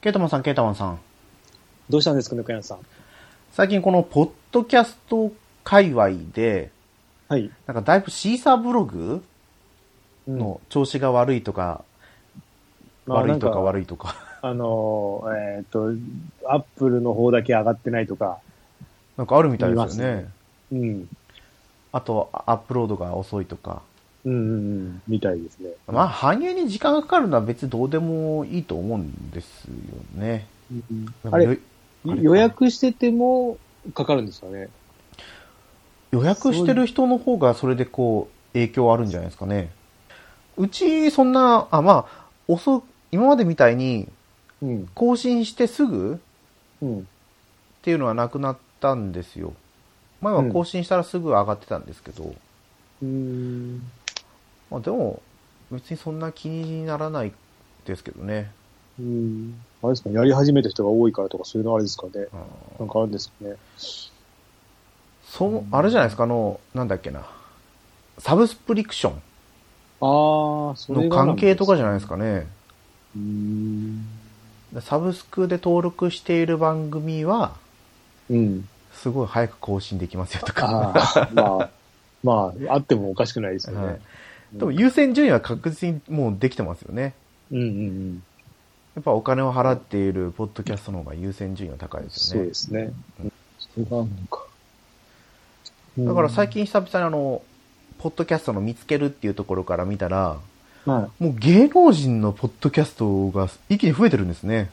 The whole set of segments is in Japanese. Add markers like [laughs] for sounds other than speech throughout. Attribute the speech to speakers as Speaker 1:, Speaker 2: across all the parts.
Speaker 1: ケイタマンさん、ケイタマンさん。
Speaker 2: どうしたんですか、ぬかやんさん。
Speaker 1: 最近このポッドキャスト界隈で、
Speaker 2: はい。
Speaker 1: なんかだいぶシーサーブログ
Speaker 2: うん
Speaker 1: の調子が悪いとか、
Speaker 2: まあ
Speaker 1: 悪いと
Speaker 2: なん
Speaker 1: か
Speaker 2: か
Speaker 1: 悪いとか、 [laughs]
Speaker 2: あのー、えっ、と、アップルの方だけ上がってないとか、
Speaker 1: なんかあるみたいですよね。
Speaker 2: 言いますうん。
Speaker 1: あと、アップロードが遅いとか。
Speaker 2: うんうんうん、みたいですね。
Speaker 1: まあ、反映に時間がかかるのは別にどうでもいいと思うんですよね。
Speaker 2: うん
Speaker 1: なん
Speaker 2: あ
Speaker 1: か
Speaker 2: れ
Speaker 1: よ、あれ
Speaker 2: 予約しててもかかるんですかね。
Speaker 1: 予約してる人の方がそれでこう影響あるんじゃないですかね。うちそんな、あ、まあ、遅、今までみたいに
Speaker 2: うん。
Speaker 1: 更新してすぐ
Speaker 2: うん。
Speaker 1: っていうのはなくなったんですよ。前は更新したらすぐ上がってたんですけど、
Speaker 2: うん。
Speaker 1: まあでも別にそんな気にならないですけどね。
Speaker 2: うん。あれですかね、やり始めた人が多いからとか、そういうのあれですかね。
Speaker 1: うん
Speaker 2: なんかあるんですかね。
Speaker 1: そう、あれじゃないですか、あの、なんだっけな。サブスプリクション
Speaker 2: ああ、それ
Speaker 1: の
Speaker 2: がなん
Speaker 1: 関係とかじゃないです
Speaker 2: か。
Speaker 1: かね。
Speaker 2: うん。
Speaker 1: サブスクで登録している番組は、
Speaker 2: うん。
Speaker 1: すごい早く更新できますよとか。
Speaker 2: ああ、まあ、まあ、あってもおかしくないですよ
Speaker 1: は
Speaker 2: ね
Speaker 1: い。 [laughs] でも優先順位は確実にもうできてますよね。
Speaker 2: うんうんうん。
Speaker 1: やっぱお金を払っているポッドキャストの方が優先順位は高いです
Speaker 2: そ
Speaker 1: よ
Speaker 2: う
Speaker 1: ね
Speaker 2: で。すね。それがあるのか。
Speaker 1: だから最
Speaker 2: 近、
Speaker 1: 近久々にあの、ポッドキャストの見つけるっていうところから見たら、
Speaker 2: はい。
Speaker 1: もう芸能人のポッドキャストが一気に増えてるんですね。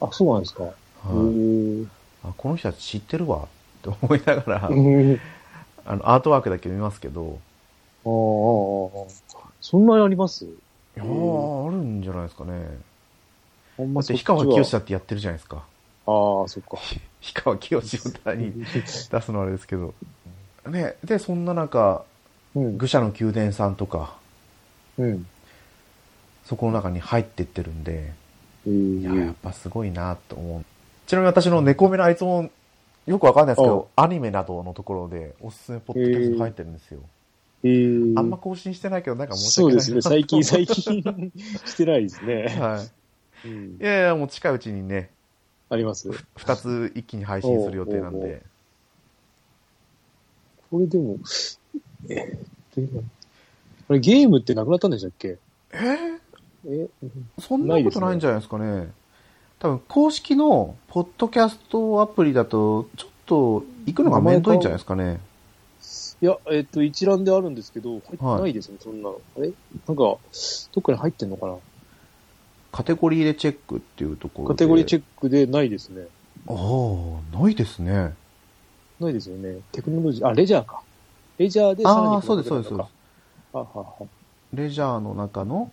Speaker 2: あ、そうなんですか。
Speaker 1: はい
Speaker 2: へえ
Speaker 1: あこの人たち知ってるわって思いながら、
Speaker 2: うん
Speaker 1: あの、アートワークだけ見ますけど、
Speaker 2: ああああああそんなにあります
Speaker 1: いや
Speaker 2: う
Speaker 1: ー、あるんじゃないですかね。
Speaker 2: ほん
Speaker 1: だ
Speaker 2: ま
Speaker 1: って、氷川きよし
Speaker 2: あ
Speaker 1: だってやってるじゃないですか。
Speaker 2: あ、そっか。
Speaker 1: [laughs] 氷川きよしを歌に出すのはあれですけど。ね、で、そんな中、
Speaker 2: うん。
Speaker 1: 愚者の宮殿さんとか、
Speaker 2: うん。
Speaker 1: そこの中に入ってってるんで、
Speaker 2: え
Speaker 1: いや、やっ
Speaker 2: ー
Speaker 1: ぱすごいなと思う。ちなみに私の猫目のあいつも、よくわかんないですけ
Speaker 2: うん
Speaker 1: ど、アニメなどのところで、おすすめポッドキャスト入ってるんですよ。
Speaker 2: えー
Speaker 1: あんま更新してないけど、なんか申し
Speaker 2: そう
Speaker 1: 訳
Speaker 2: で
Speaker 1: ない
Speaker 2: す
Speaker 1: な
Speaker 2: ね。最近、
Speaker 1: と思
Speaker 2: 最近してないですね。
Speaker 1: うはい。
Speaker 2: うん
Speaker 1: いやいや、もう近いうちにね、
Speaker 2: あります。
Speaker 1: 二つ一気に配信する予定なん
Speaker 2: おうおうお
Speaker 1: で。
Speaker 2: これでも、えーっと、今、あれゲームってなくなったんでしたっけ
Speaker 1: えー
Speaker 2: え
Speaker 1: そんなことないんじゃないですかね。多分、公式のポッドキャストアプリだと、ちょっと行くのがめんどいんじゃないですかね。
Speaker 2: いや、えっ、と、一覧であるんですけど、入って
Speaker 1: はい
Speaker 2: ないですね、そんなの。あれなんか、どっかに入ってんのかな
Speaker 1: カテゴリーでチェックっていうところで。
Speaker 2: カテゴリーチ
Speaker 1: ェッ
Speaker 2: ェックでないですね。
Speaker 1: ク。ああ、ないですね。
Speaker 2: ないですよね。テクノロジー、あ、レジャーか。レジャーでさらに
Speaker 1: ああ、そうです、そうです、そうです。
Speaker 2: あはは。
Speaker 1: レジャーの中の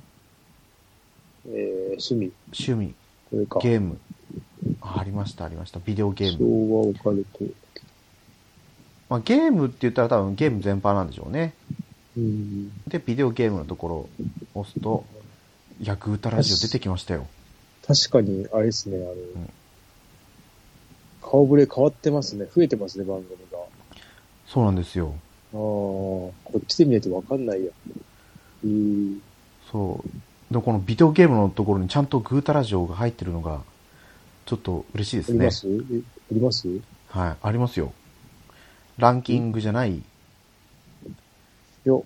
Speaker 2: えー、趣味。
Speaker 1: 趣味、
Speaker 2: これか。
Speaker 1: ゲーム。あありました、ありました。ビデオゲーム。
Speaker 2: 昭和オカルト。
Speaker 1: まあ、ゲームって言ったら多分ゲーム全般なんでしょうね。
Speaker 2: うん。
Speaker 1: で、ビデオゲームのところを押すと、薬歌ラジオ出てきましたよ。
Speaker 2: 確かに、あれですね、あの、
Speaker 1: ん
Speaker 2: 顔ぶれ変わってますね。増えてますね、番組が。あ
Speaker 1: そうなんですよ。
Speaker 2: あ、こっちで見ないとわかんないや。えー、
Speaker 1: そう。で、このビデオゲームのところにちゃんとグータラジオが入ってるのが、ちょっと嬉しいで
Speaker 2: あ
Speaker 1: す
Speaker 2: り
Speaker 1: ね
Speaker 2: ま。すえあります
Speaker 1: はい。ありますよ。ランキングじゃない。
Speaker 2: よ、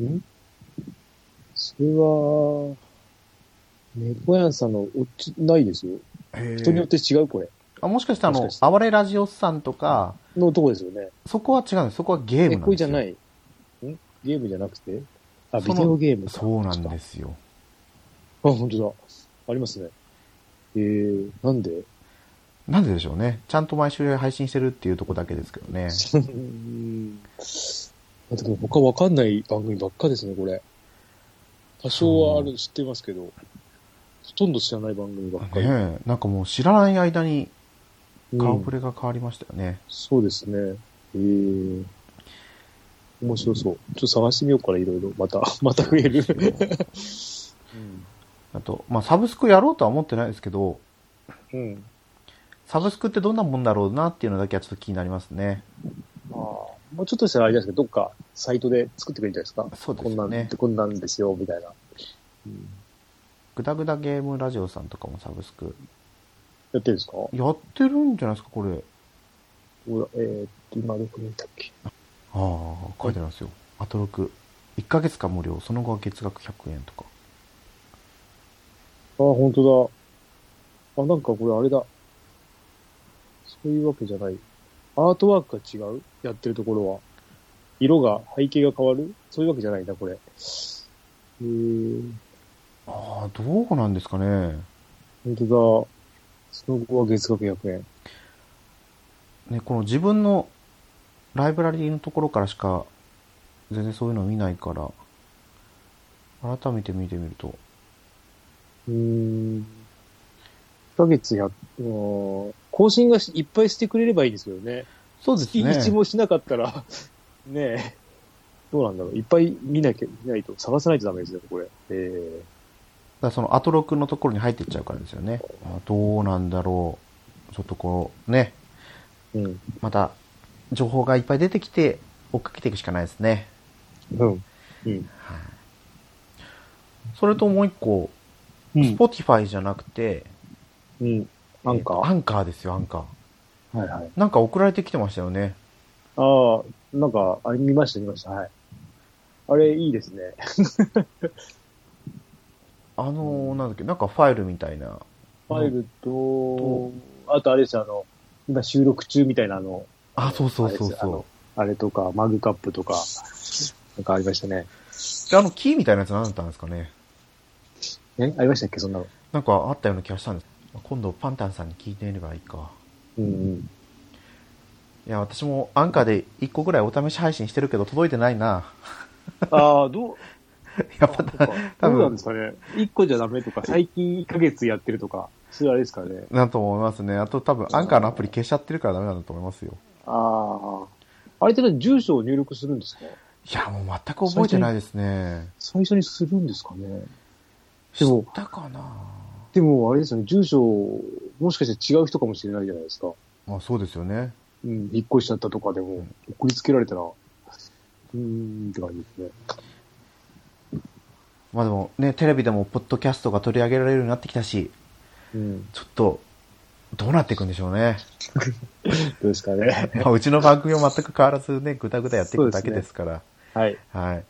Speaker 2: んそれは、猫やんさんの落ちないですよ。人によって違う、これ。
Speaker 1: あもしかしてあの
Speaker 2: もし、か
Speaker 1: 哀れラジオスさんとか、
Speaker 2: のとこですよね。
Speaker 1: そこは違うんです。そこはゲーム
Speaker 2: え、
Speaker 1: なん
Speaker 2: こ
Speaker 1: です
Speaker 2: れじ
Speaker 1: よ。
Speaker 2: ゃない。んゲームじゃなくてあ、
Speaker 1: その
Speaker 2: ビデオゲームか。
Speaker 1: そうなんですすよ。
Speaker 2: あ、本当だ。ありますね。えー、なんで [laughs]
Speaker 1: なんででしょうね。ちゃんと毎週配信してるっていうとこだけですけどね。
Speaker 2: うーん。だって他わかんない番組ばっかですね、これ。多少はあ
Speaker 1: う
Speaker 2: る、知ってますけど、ほとんど知らない番組ばっかり。
Speaker 1: ねえなんかもう知らない間に
Speaker 2: うん
Speaker 1: 顔ぶれが変わりましたよね。
Speaker 2: そうですね。ええ面白そう。ちょっと探してみようから、いろいろ。また、 [laughs] また増える。
Speaker 1: あと、まあ、サブスクやろうとは思ってないですけど、
Speaker 2: うん。
Speaker 1: サブスクってどんなもんだろうなっていうのだけはちょっと気になりますね。
Speaker 2: まあ、もうちょっとしたらあれですけど、どっかサイトで作ってくれるんじゃないですか。
Speaker 1: そうです
Speaker 2: こんなん
Speaker 1: ね。
Speaker 2: こんなんですよ、みたいな。うん
Speaker 1: グダグダゲームラジオさんとかもサブスク
Speaker 2: やってるんですかほ
Speaker 1: やってるんじゃないですか、これ。
Speaker 2: ら、えーっと、今どこにいたっけ
Speaker 1: ああ、書いてあるんですよ。アトロク。1ヶ月間無料、その後は月額100円とか。
Speaker 2: あ、本当だ。あ、なんかこれあれだ。そういうわけじゃない。アートワークが違うやってるところは。色が、背景が変わるそういうわけじゃないんだ、これ。えー、
Speaker 1: ああ、どうなんですかね。
Speaker 2: 本当だ。その後は月額100円。
Speaker 1: ね、この自分のライブラリーのところからしか全然そういうの見ないから、改めて見てみると、
Speaker 2: うーん。1ヶ月や、うーん更新がしいっぱいしてくれればいいですよね。
Speaker 1: そうですね。
Speaker 2: 月一もしなかったら、 [laughs] ねえ。どうなんだろう。いっぱい見なきゃ、見ないと、探さないとダメですね、これ。えー
Speaker 1: だからそのアトロクのところに入っていっちゃうからですよね。あどうなんだろう。ちょっとこう、ね、
Speaker 2: うん。
Speaker 1: また情報がいっぱい出てきて追っかけていくしかないですね。
Speaker 2: うん。うん。
Speaker 1: はい。それともう一個、Spotify じゃなくて、
Speaker 2: うん。な
Speaker 1: え
Speaker 2: んか、
Speaker 1: っとアンカーですよ、アンカー。
Speaker 2: はいはい。
Speaker 1: なんか送られてきてましたよね。
Speaker 2: ああ、なんか、あれ見ました、見ました。はい。あれ、いいですね。
Speaker 1: あのー、なんだっけ、なんかファイルみたいな。
Speaker 2: ファイルと、あとあれですよあの、今収録中みたいなあの、
Speaker 1: あ、そうそうそう
Speaker 2: あれですあ
Speaker 1: そ
Speaker 2: のあれとか、マグカップとか、なんかありましたね。
Speaker 1: う。で、あの、キーみたいなやつ何だったんですかね。
Speaker 2: えありましたっけ、そんなの。
Speaker 1: なんかあったような気がしたんです。今度、パンタンさんに聞いてみればいいか。
Speaker 2: うんうん。
Speaker 1: いや、私もアンカーで1個ぐらいお試し配信してるけど届いてないな。 [laughs]
Speaker 2: ああ、どう、
Speaker 1: や
Speaker 2: [laughs]
Speaker 1: っぱ、多
Speaker 2: ど
Speaker 1: 分
Speaker 2: うなんですかね。一個じゃダメとか、最近1ヶ月やってるとか、それあれですかね。
Speaker 1: なと思いますね。あと多分、アンカーのアプリ消しちゃってるからダメなんだと思いますよ。
Speaker 2: ああ。あれって何住所を入力するんですか
Speaker 1: いや、もう全く覚えてないですね。
Speaker 2: 最初にするんですかね。で
Speaker 1: 知
Speaker 2: も
Speaker 1: ったかな
Speaker 2: でも、あれですよね、住所、もしかして違う人かもしれないじゃないですか。
Speaker 1: あ、そうですよね。
Speaker 2: うん、引っ越しちゃったとかでも、送りつけられたら、うーん、って感じですね。
Speaker 1: まあでも、ね、テレビでも、ポッドキャストが取り上げられるようになってきたし、
Speaker 2: うん、
Speaker 1: ちょっと、どうなっていくんでしょう
Speaker 2: [laughs]
Speaker 1: ね。
Speaker 2: どうですかね。
Speaker 1: まあ、うちの番組は全く変わらずね、ぐだぐだやっていくだけですから。
Speaker 2: [laughs] はい。
Speaker 1: はい。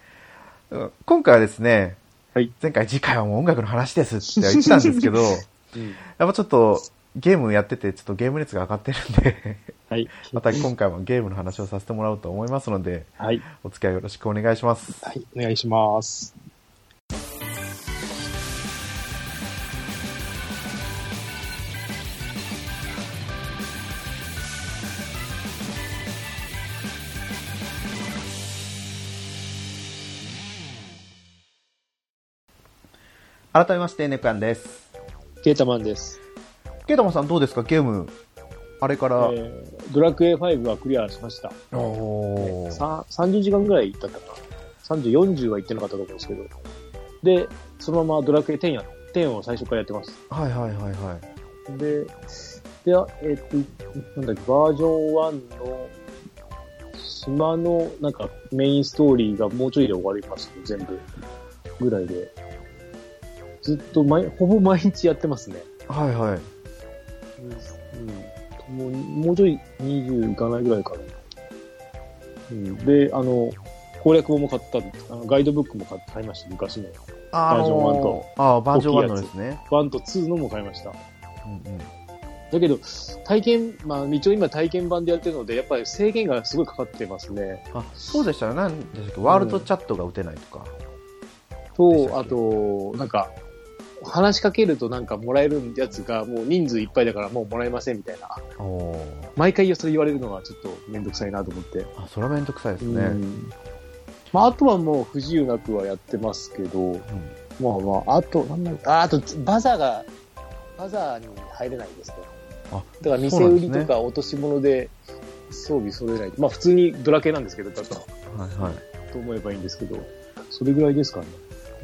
Speaker 1: うん今回はですね、
Speaker 2: はい
Speaker 1: 前回次回はもう音楽の話ですって言ってたんです
Speaker 2: [laughs]
Speaker 1: けど、やっ
Speaker 2: うん、
Speaker 1: ぱちょっとゲームやっててちょっとゲーム率が上がってるん
Speaker 2: [laughs]
Speaker 1: で、
Speaker 2: はい。
Speaker 1: また今回もゲームの話をさせてもらおうと思いますので、
Speaker 2: はい。
Speaker 1: お付き合いよろしくお願いします。
Speaker 2: はい、お願いします。
Speaker 1: 改めまして、ネプアンです。
Speaker 2: ケータマンです。
Speaker 1: ケイタマンさんどうですかゲーム、あれか
Speaker 2: え
Speaker 1: ら。
Speaker 2: ー、ドラクエ5はクリアしました。
Speaker 1: おー
Speaker 2: さ30時間ぐらい行ったかな。30、40は行ってなかったと思うんですけど。で、そのままドラクエ10や、10を最初からやってます。
Speaker 1: はいはいはいはい。
Speaker 2: で、で、あえっと、なんだっけ、バージョン1の島のなんかメインストーリーがもうちょいで終わりますね、全部。ぐらいで。ずっと毎、ほぼ毎日やってますね。
Speaker 1: はいはい。
Speaker 2: うん。もう、もうちょい20いかないぐらいかな。うん。で、あの、攻略本も買ったんですあのガイドブックも買って買いました、昔の。
Speaker 1: あ
Speaker 2: バージョンワン
Speaker 1: の
Speaker 2: と
Speaker 1: ーあー、バージョン1の
Speaker 2: 大きい
Speaker 1: で
Speaker 2: や
Speaker 1: すね。
Speaker 2: 1と2のも買いました。
Speaker 1: うんうん
Speaker 2: だけど、体験、まあ、一応今体験版でやってるので、やっぱり制限がすごいかかってますね。
Speaker 1: あそうでしたよ。なんでしたっけワールドチャットが打てないとか。でした
Speaker 2: と、
Speaker 1: っ
Speaker 2: あ
Speaker 1: け
Speaker 2: と、なんか、話しかけるとなんかもらえるやつが、もう人数いっぱいだからもうもらえませんみたいな。
Speaker 1: おー
Speaker 2: 毎回それ言われるのはちょっとめんどくさいなと思って。
Speaker 1: あ、それはめんどくさいですね。
Speaker 2: う
Speaker 1: うん
Speaker 2: んまあ、あとはもう不自由なくはやってますけど、まあまあ、あと、なんだあ、あと、バザーが、バザーに入れないんですね。
Speaker 1: あ
Speaker 2: だから、
Speaker 1: そ
Speaker 2: 店
Speaker 1: うなん
Speaker 2: 売
Speaker 1: です
Speaker 2: り
Speaker 1: ね
Speaker 2: とか落とし物で装備揃えない。まあ、普通にドラ系なんですけど、だと、
Speaker 1: はいはい。
Speaker 2: と思えばいいんですけど、それぐらいですかね。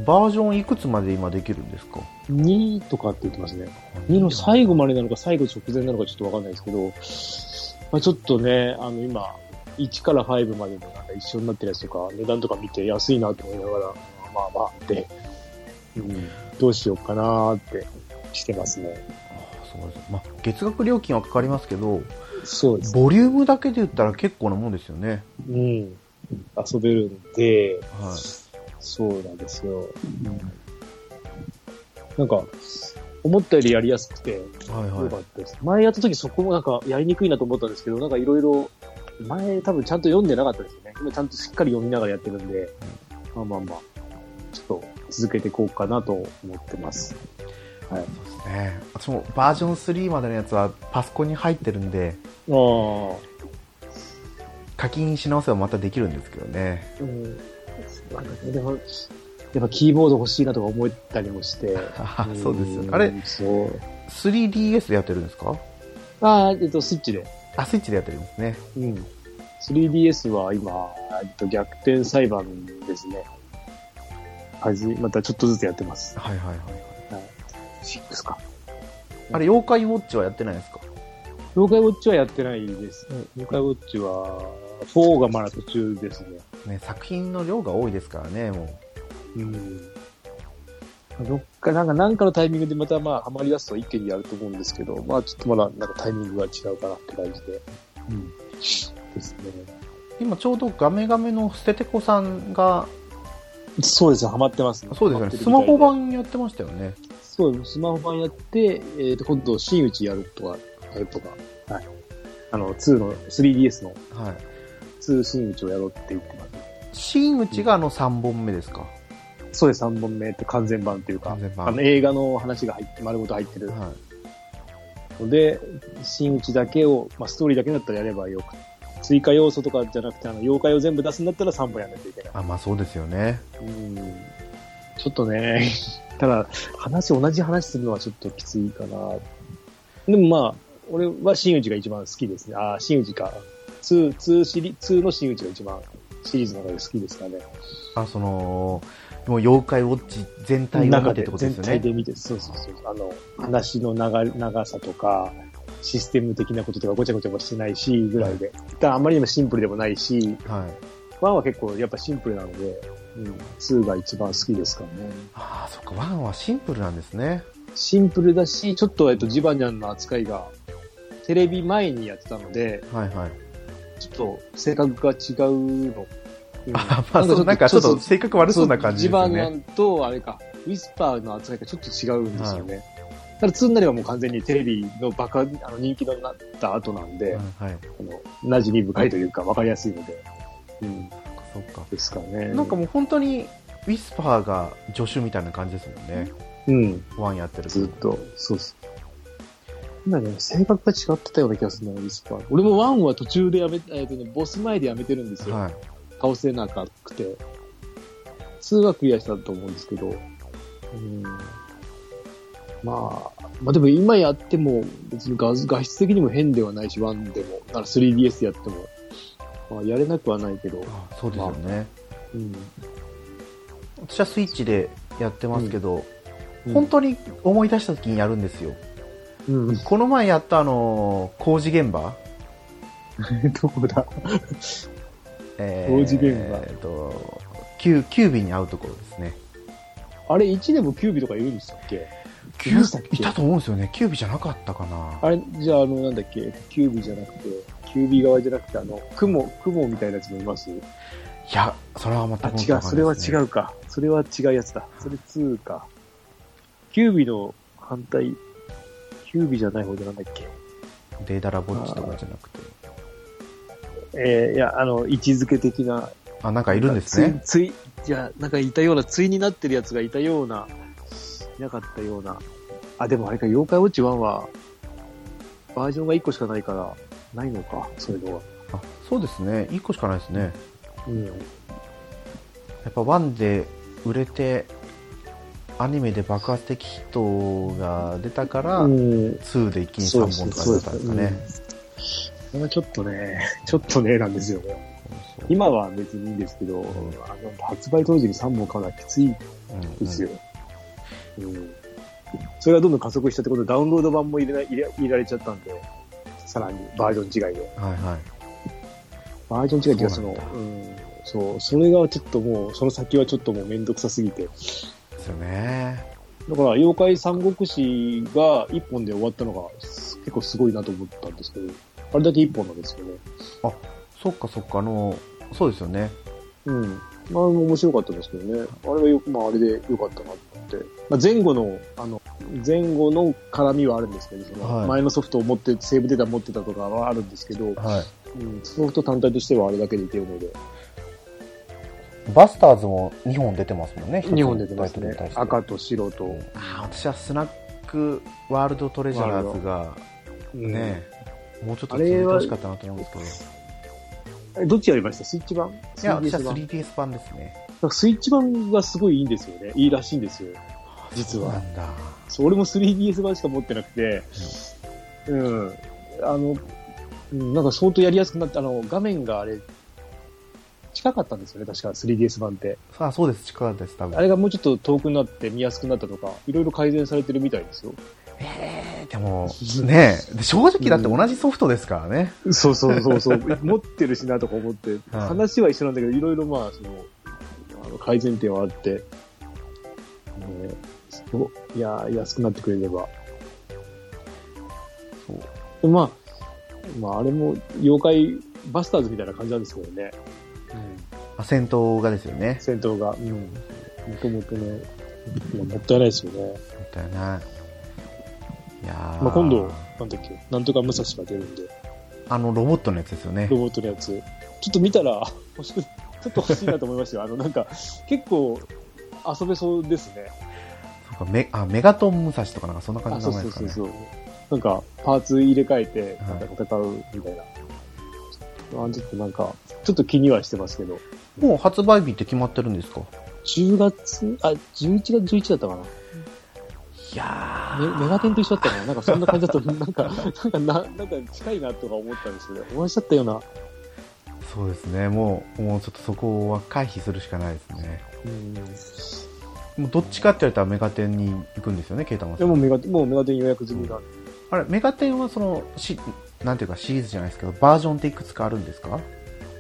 Speaker 1: バージョンいくつまで今できるんですか
Speaker 2: 2とかって言ってますね。2の最後までなのか、最後直前なのかちょっとわかんないですけど、まあ、ちょっとね、あの、今、1から5までのなんか一緒になってるやつとか、値段とか見て安いなと思いながら、まあまあって、うん、どうしようかなーってしてますね。
Speaker 1: あそうです。まあ、月額料金はかかりますけど、
Speaker 2: そうです。
Speaker 1: ボリュームだけで言ったら結構なもんですよね。
Speaker 2: うん。遊べるんで、
Speaker 1: はい。
Speaker 2: そうなんですよ。なんか、思ったよりやりやすくて、
Speaker 1: はい
Speaker 2: 良
Speaker 1: はい。
Speaker 2: かったです。前やった時そこもなんかやりにくいなと思ったんですけど、なんかいろいろ、前多分ちゃんと読んでなかったですよね。今ちゃんとしっかり読みながらやってるんで、まあまあまあ、ちょっと続けていこうかなと思ってます。
Speaker 1: ね、私もバージョン3までのやつはパソコンに入ってるんで、
Speaker 2: ああ。
Speaker 1: 課金し直せばまたできるんですけどね。
Speaker 2: うん。なんかねでも、やっぱキーボード欲しいなとか思ったりもして。
Speaker 1: あー [laughs] そうですよね
Speaker 2: ん
Speaker 1: あれ、
Speaker 2: そう。
Speaker 1: 3DS でやってるんですか
Speaker 2: ああ、えっと、スイッチで。
Speaker 1: あ、スイッチでやってるんですね。
Speaker 2: うん。3DS は今、えっと、逆転裁判ですね。はじ、またちょっとずつやってます。
Speaker 1: はいはいはいはい。
Speaker 2: 6か。
Speaker 1: あれ、妖怪ウォッチはやってないですか
Speaker 2: 妖怪ウォッチはやってないです。妖怪ウォッチは、4がまだ途中ですね。
Speaker 1: ね、作品の量が多いですからね、も
Speaker 2: うん。どっか、なんか、なんかのタイミングでまたまあ、ハマり出すと一気にやると思うんですけど、まあ、ちょっとまだ、なんかタイミングが違うかなって感じで。うん。ですね。
Speaker 1: う。今ちょうどガメガメの捨ててこさんが、
Speaker 2: そうですね、ハマってますね。
Speaker 1: そうですよ
Speaker 2: ハマっ
Speaker 1: ね、
Speaker 2: てる
Speaker 1: スマホ
Speaker 2: みたいで
Speaker 1: 版やってましたよね。
Speaker 2: そう、スマホ版やって、えっ、と、今度、真打ちやるとか、やるとか、はい。あの、2の、3DS の
Speaker 1: はい。
Speaker 2: 2真打ちをやろうって言ってます。
Speaker 1: 新内があの3本目ですか、
Speaker 2: そうです、3本目って完全版というか
Speaker 1: 完、全版
Speaker 2: あの、映画の話が入って、丸ごと入ってる
Speaker 1: はい。
Speaker 2: ので、真打ちだけを、まあ、ストーリーだけだったらやればよく追加要素とかじゃなくて、あの、妖怪を全部出すんだったら3本やらなきゃいけない。
Speaker 1: あ、まあそうですよね。
Speaker 2: うん。ちょっとね、 [laughs] ただ、話、同じ話するのはちょっときついかな。でもまあ、俺は真打ちが一番好きですね。ああ、真打ちか。2、2シリ、2の真打ちが一番シリーズの中で好きですかね。
Speaker 1: あ、その、もう妖怪ウォッチ全体を見てってことですよ
Speaker 2: 全体
Speaker 1: ね。
Speaker 2: で見て、そうそうそう。あの、話の長長さとか、システム的なこととかごちゃごちゃもしてないし、ぐらいで。だあんまりにもシンプルでもないし、
Speaker 1: はい。
Speaker 2: 1は結構やっぱシンプルなので、うん、2が一番好きですからね。
Speaker 1: ああ、そっか、1はシンプルなんですね。
Speaker 2: シンプルだし、ちょっと、えっと、ジバニャンの扱いが、テレビ前にやってたので、
Speaker 1: はいはい。
Speaker 2: ちょっと、性格が違うの。うん
Speaker 1: あ [laughs] まあそう、なんかちょっと性格悪そうな感じです
Speaker 2: ジバ
Speaker 1: よ
Speaker 2: ニャ
Speaker 1: ね。
Speaker 2: ンと、あれか、ウィスパーの扱いがちょっと違うんですよね。ただ、2になればもう完全にテレビのバカ、あの、人気になった後なんで、
Speaker 1: うんはい。
Speaker 2: あの、馴染み深いというか、わかりやすいので、うん、
Speaker 1: そっか。
Speaker 2: ですかね。
Speaker 1: なんかもう本当に、ウィスパーが助手みたいな感じですもんね。
Speaker 2: うん、
Speaker 1: ワンやってる
Speaker 2: ずっと、そうっす。今ね、性格が違ってたような気がするな、ウィスパー。俺もワンは途中でやめ、えっ、とね、ボス前でやめてるんですよ。
Speaker 1: はい。
Speaker 2: 倒せなかくて。通はクリアしたと思うんですけど。うん。まあ、まあでも今やっても、別に画画質的にも変ではないし、ワンでも、なら 3DS やっても、まあやれなくはないけど、
Speaker 1: あそうですよね。
Speaker 2: うん。
Speaker 1: 私はスイッチでやってますけど、
Speaker 2: うん
Speaker 1: 本当に思い出した時にやるんですよ。
Speaker 2: うん。 [laughs]
Speaker 1: この前やったあのー工事現場
Speaker 2: どこだ
Speaker 1: え
Speaker 2: 工事現場
Speaker 1: えーと、キュー、キュービーに会うところですね。
Speaker 2: あれ、1でもキュービとかいるんでしたっけ
Speaker 1: キ
Speaker 2: いましたっけ
Speaker 1: いたと思うんですよね。キュービーじゃなかったかな。
Speaker 2: あれ、じゃあ、あの、なんだっけ、キュービーじゃなくて、キュービー側じゃなくて、あの、雲、雲みたいなやつもいます
Speaker 1: いや、それはまた
Speaker 2: あ、
Speaker 1: 本
Speaker 2: 違
Speaker 1: 当
Speaker 2: う、それは違
Speaker 1: う。
Speaker 2: うか。それは違うやつだ。それ2か。キュービーの反対、キュービーじゃない方でなんだっけ。
Speaker 1: データラボッチとかじゃなくて。
Speaker 2: えー、いや、あの、位置づけ的な。
Speaker 1: あ、なんかいるんですね。
Speaker 2: つい、つい、いや、なんかいたような、対になってるやつがいたような、いなかったような。あ、でもあれか、妖怪ウォッチ1は、バージョンが1個しかないから、ないのか、そういうのは。
Speaker 1: あそうですね1個しかないですね
Speaker 2: うん。
Speaker 1: やっぱ1で売れてアニメで爆発的ヒットが出たから、
Speaker 2: うん、
Speaker 1: 2で一気に3本とか出たんですかね
Speaker 2: それはちょっとね、 [laughs] ちょっとね、なんですよ。
Speaker 1: そうそう
Speaker 2: 今は別にいいんですけど、あの発売当時に3本買うのはきつい
Speaker 1: うんうん
Speaker 2: ですよ。うんそれがどんどん加速したってことで、ダウンロード版も入れない入れ入れられちゃったんで、さらにバージョン違いで。
Speaker 1: はいはい
Speaker 2: バージョン違いっていうか、そ
Speaker 1: そうな
Speaker 2: の
Speaker 1: んだ、
Speaker 2: うん、そう、それがちょっともう、その先はちょっともうめんどくさすぎて、
Speaker 1: ですよね
Speaker 2: だから、妖怪三国志が一本で終わったのが、す結構すごいなと思ったんですけど、あれだけ一本なんですけどね。
Speaker 1: そっかそっか、あの、そうですよね。
Speaker 2: うん。まあ、面白かったですけどね。あれはよく、まあ、あれでよかったなって。まあ、前後の、あの、前後の絡みはあるんですけど、その
Speaker 1: はい
Speaker 2: 前のソフトを持って、セーブデータ持ってたとかはあるんですけど、
Speaker 1: は
Speaker 2: うん、ソフト単体としてはあれだけでいけるので、
Speaker 1: い。バスターズも2本出てますもんね、
Speaker 2: 2本出てますね
Speaker 1: 一つのタイ。トルに対して
Speaker 2: 赤と白と。
Speaker 1: あー私はスナックワールドトレジャーズが、
Speaker 2: うん
Speaker 1: ね、もうちょっと続いてほしかったなと思うんです
Speaker 2: えどっちやりましたスイッチ版
Speaker 1: けど。いや、私
Speaker 2: 3DS
Speaker 1: は
Speaker 2: 版
Speaker 1: 3DS 版ですね。
Speaker 2: なんかスイッチ版がすごいいいんですよね。いいらしいんですよ。実は
Speaker 1: そうなんだ。
Speaker 2: そう俺も 3DS 版しか持ってなくて、うん。あの、うんなんか相当やりやすくなって、あの、画面があれ、近かったんですよね、確か 3DS 版って。
Speaker 1: さあ、そうです、力です、多
Speaker 2: あれ
Speaker 1: 分。
Speaker 2: がもうちょっと遠くなって見やすくなったとか、いろいろ改善されてるみたいですよ。
Speaker 1: えーでも、ねえ、で正直だって同じソフトですからね。
Speaker 2: そうそうそうそう、持ってるしなとか思って、
Speaker 1: はい
Speaker 2: 話 [laughs] は一緒なんだけど、いろいろまあ、その、あの改善点はあって、ね、そういや、安くなってくれれば。そう。でまあ、まあ、あれも、妖怪バスターズみたいな感じなんですけどね。
Speaker 1: あ戦闘がですよね。
Speaker 2: 戦闘が。うん。もともとね、まあもったいないですよね。
Speaker 1: みたいな。いやー
Speaker 2: まあ、今度、なんだっけ、なんとか武蔵が出るんで。
Speaker 1: あの、ロボットのやつですよね
Speaker 2: [laughs] ロ。ボットのやつ。ちょっと見たら、欲しく、ちょっと欲しいなと思いましたよ。あの、なんか、結構、遊べそうですね。
Speaker 1: そうかメあメガトン武蔵とかなんかそんな感
Speaker 2: あ、
Speaker 1: じ
Speaker 2: そ
Speaker 1: の
Speaker 2: う
Speaker 1: 名前
Speaker 2: そ
Speaker 1: で
Speaker 2: う
Speaker 1: すか
Speaker 2: そ
Speaker 1: ね。
Speaker 2: うそう。なんか、パーツ入れ替えて、
Speaker 1: はい
Speaker 2: なんか戦うみたいな。あちょっとなんか、ちょっと気にはしてますけど。
Speaker 1: もう発売日って決まってるんですか
Speaker 2: 10月、あ、11月11だったか
Speaker 1: いや
Speaker 2: な。メメガテンと一緒だったかな。なんかそんな感じだと、 [laughs] なんか、なんかな、なんか近いなとか思ったんですけど、お会いしちゃったような。
Speaker 1: そうですね。もう、もうちょっとそこは回避するしかないですね。
Speaker 2: うん。
Speaker 1: もうどっちかって言われたらメガテンに行くんですよね、ケイタマン
Speaker 2: で
Speaker 1: さん
Speaker 2: もメガテン、もうメガテン予約済みなんで。
Speaker 1: あれ、メガテンはその、し、なんていうかシリーズじゃないですけど、バージョンっていくつかあるんですか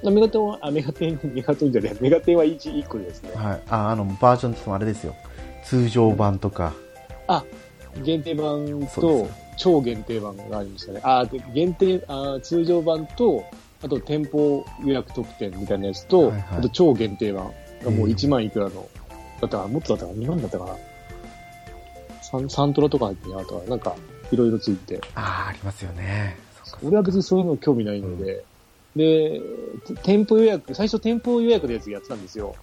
Speaker 2: メガテンは、あ、メガテン、メガテンじゃねえ。メガテンは1、1個ですね。
Speaker 1: はい。あ、あの、バージョンって言ってもあれですよ。通常版とか。
Speaker 2: 限定版
Speaker 1: そう
Speaker 2: と
Speaker 1: で
Speaker 2: 超限定版がありましたね。あーで限定あー、通常版と、あと店舗予約特典みたいなやつ
Speaker 1: は
Speaker 2: と、
Speaker 1: いはい
Speaker 2: あと超限定版がもう
Speaker 1: ええ
Speaker 2: 1万いくらの、だったかなもっとだったかな ?2 万だったかな ?3、サントラとか入ってなかったかななんか、いろいろついて。
Speaker 1: ああ、ありますよね。そっか
Speaker 2: 俺は別にそういうの興味ないので、で、て店舗予約、最初店舗予約でやつやってたんですよ。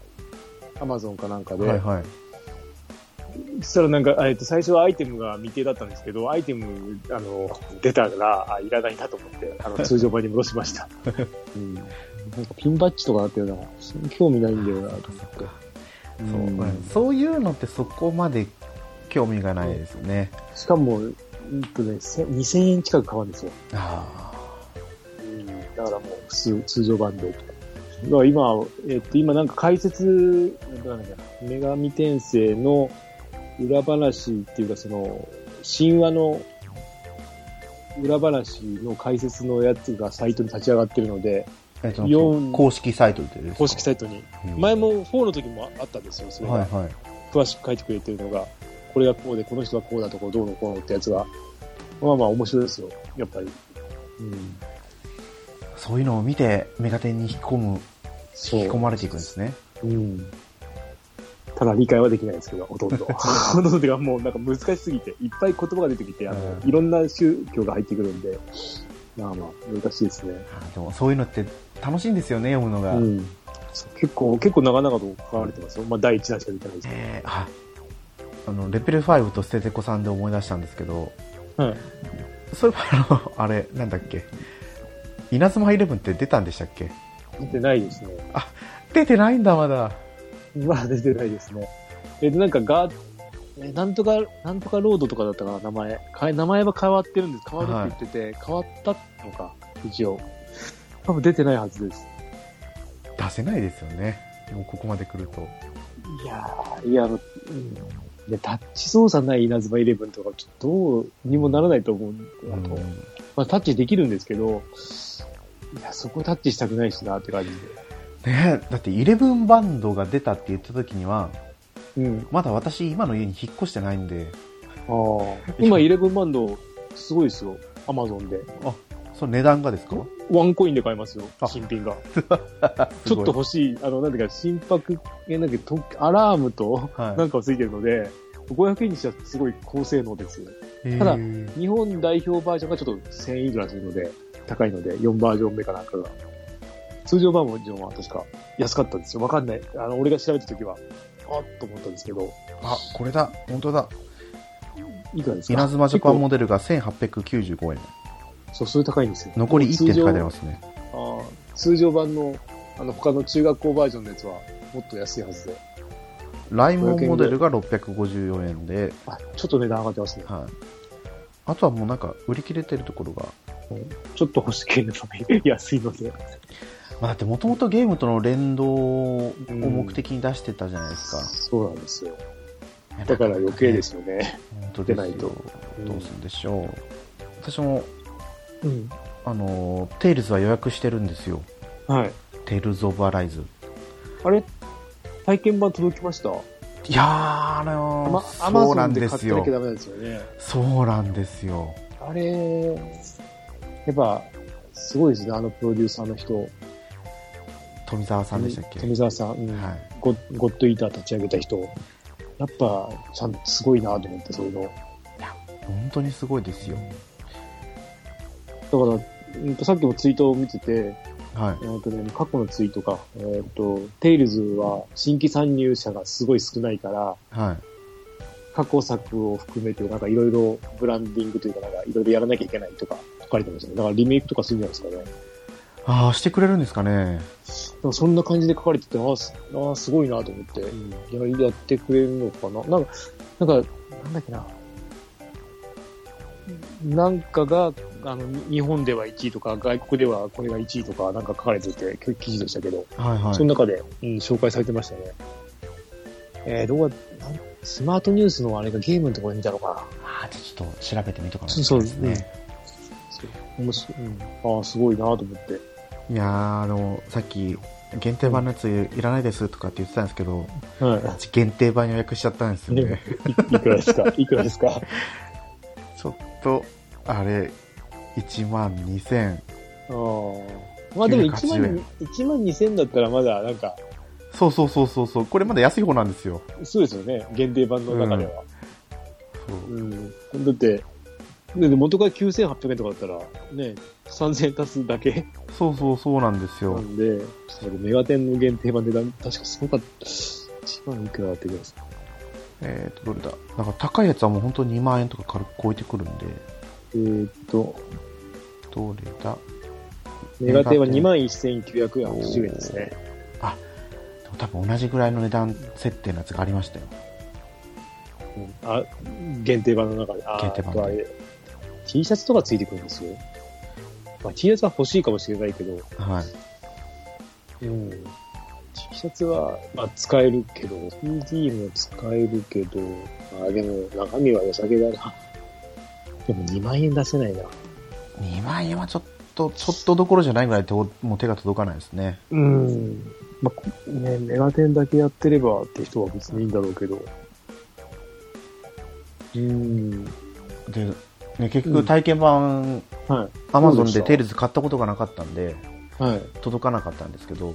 Speaker 2: アマゾンかなんかで。
Speaker 1: はいはい。
Speaker 2: そしたらなんか、あえっと、最初はアイテムが未定だったんですけど、アイテム、あの、出たから、あ、いらないなと思って、 [laughs] あの、通常版に戻しました。うん。なんかピンバッジとかあったような、興味ないんだよな、と思って。
Speaker 1: そう
Speaker 2: うん
Speaker 1: うんそういうのってそこまで興味がないですよね。
Speaker 2: しかも、うんとね、せ2000円近く買うんですよ。
Speaker 1: あ
Speaker 2: うん。だからもう、通通常版で。だから今、えっと、今なんか解説、なんだっけな、女神転生の裏話っていうか、その、神話の裏話の解説のやつがサイトに立ち上がってるので、
Speaker 1: あ。えっと
Speaker 2: 四
Speaker 1: 公式サイトでですか
Speaker 2: 公式サイトに。
Speaker 1: うん
Speaker 2: 前も4の時もあったんですよ、それ
Speaker 1: はい
Speaker 2: が。
Speaker 1: はい。
Speaker 2: 詳しく書いてくれてるのが、これがこうで、この人はこうだとか、どうのこうのってやつが、まあまあ面白いですよ、やっぱり。うん。
Speaker 1: そういうのを見て、メガテンに引き込む、
Speaker 2: そう
Speaker 1: 引き込まれていくんですね。
Speaker 2: うん。ただ理解はできないですけど、ほとん [laughs] ど。ほとんどっていうかもうなんか難しすぎて、いっぱい言葉が出てきて、あの、
Speaker 1: うん
Speaker 2: いろんな宗教が入ってくるんで、まあまあ、難しいですね。
Speaker 1: あでもそういうのって楽しいんですよね、読むのが。
Speaker 2: うん。そう結構、結構長々と書かれてますよ。まあ第一弾しか出てないですけ
Speaker 1: えーああの、レペル5とステテコさんで思い出したんですけど、
Speaker 2: ど。はい。
Speaker 1: そういえばあの、あれ、なんだっけ。稲妻イレブンって出たんでしたっけ
Speaker 2: 出てないですね。
Speaker 1: 出てないんだ、まだ。
Speaker 2: まあ出てないですね。えっと、なんかガー、えなんとか、なんとかロードとかだったかな、名前。かえ名前は変わってるんです。変わるって言ってて、変わったのか、一応。多分出てないはずです。
Speaker 1: 出せないですよね。もうここまで来ると。
Speaker 2: いやー、いや、うん、でタッチ操作ない稲妻イレブンとか、ちょっとどうにもならないと思うんだ
Speaker 1: う
Speaker 2: と、
Speaker 1: ん
Speaker 2: まあ、タッチできるんですけど、いや、そこタッチしたくないしなって感じで。
Speaker 1: ねえだって、イレブンバンドが出たって言った時には、
Speaker 2: うん。
Speaker 1: まだ私、今の家に引っ越してないんで、
Speaker 2: ああ。今、11バンド、すごいですよ。アマゾンで。
Speaker 1: その値段がですか
Speaker 2: ワンコインで買えますよ
Speaker 1: あ。
Speaker 2: 新品が。
Speaker 1: す
Speaker 2: ち
Speaker 1: ご
Speaker 2: ょ
Speaker 1: い
Speaker 2: っと欲しい、あの、なんていうか、心拍、え、なんかと、アラームと、
Speaker 1: はい
Speaker 2: なんかをついてるので、500円にしてはすごい高性能ですよ。
Speaker 1: へー
Speaker 2: ただ日本代表バージョンがちょっと1000円いくらするので、高いので、4バージョン目かなんかが。通常バージョンは確か安かったんですよ。わかんない。あの、俺が調べた時は、あっと思ったんですけど、
Speaker 1: あ、これだ、本当だ。
Speaker 2: いくらですか
Speaker 1: 稲妻ジャパン
Speaker 2: 結
Speaker 1: モデルが1895円。
Speaker 2: 構そう、それ高いんですよ。
Speaker 1: 残り1点って書いてあり
Speaker 2: もう
Speaker 1: ますね。
Speaker 2: 通常あー通常版の、あの、他の中学校バージョンのやつは、もっと安いはずで。
Speaker 1: ライモンモデルが654円で、
Speaker 2: あ、ちょっと値段上がってますね。
Speaker 1: はい。あとはもうなんか売り切れてるところが。
Speaker 2: ちょっと欲しければ安いので。
Speaker 1: まあ、だってもともとゲームとの連動を目的に出してたじゃないです
Speaker 2: そうなんですよ。
Speaker 1: か。。
Speaker 2: だから余計ですすよね。
Speaker 1: 本当
Speaker 2: 出
Speaker 1: です
Speaker 2: ない
Speaker 1: よ
Speaker 2: と。
Speaker 1: どうするんでしょう。私も、
Speaker 2: うん。
Speaker 1: あの、テイルズは予約してるんですよ。
Speaker 2: はい。
Speaker 1: テイルズ・オブ・アライズ。
Speaker 2: あれ、体験版届きました
Speaker 1: いやー、あの
Speaker 2: ま
Speaker 1: ー、
Speaker 2: アマ
Speaker 1: そう
Speaker 2: ゾ
Speaker 1: な
Speaker 2: ン
Speaker 1: ん
Speaker 2: で
Speaker 1: で
Speaker 2: 買っ
Speaker 1: す
Speaker 2: てな
Speaker 1: よ
Speaker 2: きゃ。ダメなんですよね。
Speaker 1: そうなんですよ。
Speaker 2: あれ、やっぱ、すごいですね、あのプロデューサーの人。
Speaker 1: 富澤さんでしたっけ
Speaker 2: 富澤さん、うん
Speaker 1: はい。
Speaker 2: ゴッ。ゴッドイーター立ち上げた人。やっぱ、ちゃんとすごいなと思って、そういうの。
Speaker 1: 本当にすごいですよ。
Speaker 2: だから、うんと、さっきもツイートを見てて、
Speaker 1: はい。
Speaker 2: えーとね、過去のツイートか、えっ、と、テイルズは新規参入者がすごい少ないから、
Speaker 1: はい。
Speaker 2: 過去作を含めて、なんかいろいろブランディングというか、なんかいろいろやらなきゃいけないとか書かれてましたね。だからリメイクとかするんじゃないですかね。
Speaker 1: ああ、してくれるんですかね。
Speaker 2: なんかそんな感じで書かれてて、ああすあー、すごいなと思って、ややってくれるのかな。なんか、なんか、なんだっけな。なんかが、あの、に日本では1位とか、外国ではこれが1位とか、なんか書かれてて、き記事でしたけど、
Speaker 1: はいは
Speaker 2: そ
Speaker 1: い。
Speaker 2: の中で、うん、紹介されてましたね。えー、どうやなんスマートニュースのあれがゲームのところで見たのかな。
Speaker 1: ああ、じゃあちょっと調べてみとかな
Speaker 2: そうですね。面白い。うん、ああ、すごいなと思って。
Speaker 1: いやー、あの、さっき、限定版のやついらないですとかって言ってたんですけど、
Speaker 2: は
Speaker 1: 私限定版予約しちゃったんですよね。
Speaker 2: い。いくらですかいくらですか
Speaker 1: ちょっと、あれ、1万2000。
Speaker 2: ああ。まあでも1
Speaker 1: 980円
Speaker 2: 万、1万2000だったらまだなんか、
Speaker 1: そうそうそうそうそう。これまだ安い方なんですよ。
Speaker 2: そうですよね。限定版の中では。
Speaker 1: そう
Speaker 2: うん。だって、だって元が9800円とかだったら、ね、3000円足すだけ
Speaker 1: そうそうそうなんです
Speaker 2: な
Speaker 1: よ。
Speaker 2: んで、それメガテンの限定版でだ、確かすごかった。1万いくらだった気がする。
Speaker 1: えーと、どれだなんか高いやつはもう本当に2万円とか軽く超えてくるんで、
Speaker 2: えーっと、
Speaker 1: どれだ
Speaker 2: メガテンは21,980円ですね。
Speaker 1: でも多分同じぐらいの値段設定のやつがありましたよ。
Speaker 2: うんあ、限定版の中で。あ
Speaker 1: 限定版
Speaker 2: あとあれ、T シャツとかついてくるんですよ。まあ、T シャツは欲しいかもしれないけど、
Speaker 1: はい。
Speaker 2: うん。T シャツは、まあ、使えるけど、3D も使えるけど、あ、でも中身は良さげだな。でも2万円出せないな。
Speaker 1: 2万円はちょっと、ちょっとどころじゃないぐらい手をもう手が届かないですね。
Speaker 2: うん。まあ、こね、メガテンだけやってればって人は別にいいんだろうけど。うん。
Speaker 1: で、ね、結局体験版、
Speaker 2: は
Speaker 1: アマゾン
Speaker 2: そうでし
Speaker 1: で
Speaker 2: た
Speaker 1: テイルズ買ったことがなかったんで、
Speaker 2: い。はい。
Speaker 1: 届かなかったんですけど、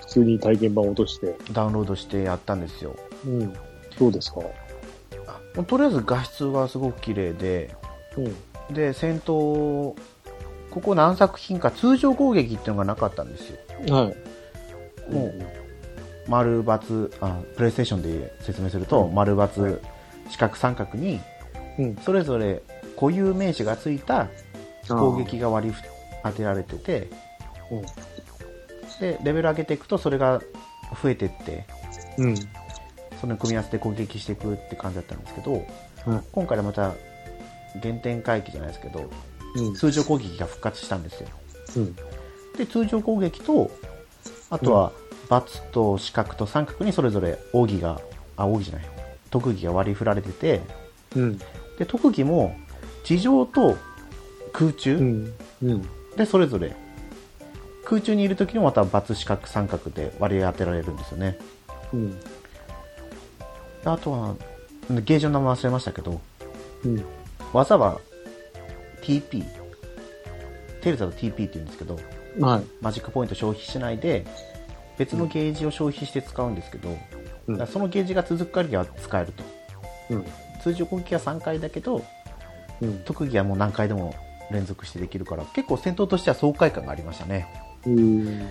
Speaker 2: 普通に体験版落として。
Speaker 1: ダウンロードしてやったんですよ。
Speaker 2: うん。どうですか
Speaker 1: あもうとりあえず画質はすごく綺麗で、
Speaker 2: うん。
Speaker 1: で、戦闘、ここ何作品か通常攻撃っていうのがなかったんですよ。
Speaker 2: はい。
Speaker 1: もう丸×あプレイステーションで説明すると、
Speaker 2: うん
Speaker 1: 丸×四角三角に
Speaker 2: うん
Speaker 1: それぞれ固有名詞がついた攻撃が割りふ当てられててでレベル上げていくとそれが増えてって
Speaker 2: うん。
Speaker 1: その組み合わせで攻撃していくって感じだったんですけど、
Speaker 2: うん
Speaker 1: 今回はまた原点回帰じゃないですけど
Speaker 2: うん。
Speaker 1: 通常攻撃が復活したんですよ
Speaker 2: うん。
Speaker 1: で通常攻撃とあとは×と四角と三角にそれぞれ奥義があ奥義じゃない特技が割り振られてて
Speaker 2: うん。
Speaker 1: で特技も地上と空中、
Speaker 2: うん。うん。
Speaker 1: でそれぞれ空中にいる時もまた×四角三角で割り当てられるんですよね
Speaker 2: うん。
Speaker 1: あとは、ゲージの名前忘れましたけど、
Speaker 2: うん。
Speaker 1: 技は TP。テルザの TPって言うんですけど、
Speaker 2: はい。
Speaker 1: マジックポイント消費しないで、別のゲージを消費して使うんですけど、
Speaker 2: うん
Speaker 1: だからそのゲージが続く限りは使えると。
Speaker 2: うん。
Speaker 1: 通常攻撃は3回だけど、
Speaker 2: うん。
Speaker 1: 特技はもう何回でも連続してできるから、結構戦闘としては爽快感がありましたね。
Speaker 2: うん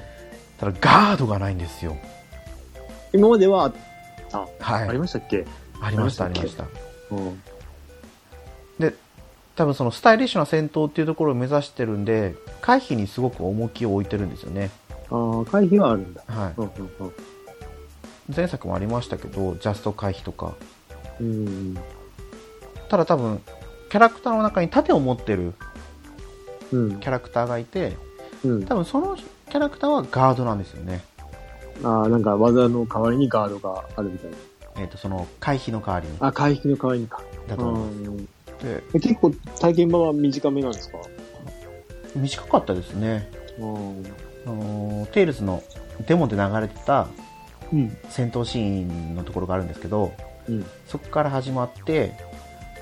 Speaker 1: ただガードがないんですよ。
Speaker 2: 今まではあった、
Speaker 1: はい。
Speaker 2: あ
Speaker 1: あ
Speaker 2: り
Speaker 1: り
Speaker 2: ましたっけ
Speaker 1: ました、あ
Speaker 2: あ
Speaker 1: り
Speaker 2: り
Speaker 1: ま
Speaker 2: ま
Speaker 1: し。
Speaker 2: したうん。
Speaker 1: で、多分そのスタイリッシュな戦闘っていうところを目指してるんで、回避にすごく重きを置いてるんですよね。
Speaker 2: ああ、回避はあるんだ。
Speaker 1: は
Speaker 2: うんうん
Speaker 1: い。前作もありましたけど、ジャスト回避とか。
Speaker 2: うん。うん。
Speaker 1: ただ多分、キャラクターの中に盾を持ってる
Speaker 2: うん。
Speaker 1: キャラクターがいて、
Speaker 2: うん。
Speaker 1: 多分そのキャラクターはガードなんですよね。
Speaker 2: ああ、なんか技の代わりにガードがあるみたいな。
Speaker 1: えっ、と、その回避の代わりに。
Speaker 2: あ、回避の代わりにか。
Speaker 1: だと
Speaker 2: う
Speaker 1: 思
Speaker 2: ん。
Speaker 1: って、
Speaker 2: え結構体験版は短めなんですか
Speaker 1: 短かったですね。
Speaker 2: うん。
Speaker 1: あのーテイルズのデモで流れてた
Speaker 2: うん。
Speaker 1: 戦闘シーンのところがあるんですけど、
Speaker 2: うん。
Speaker 1: そこから始まって、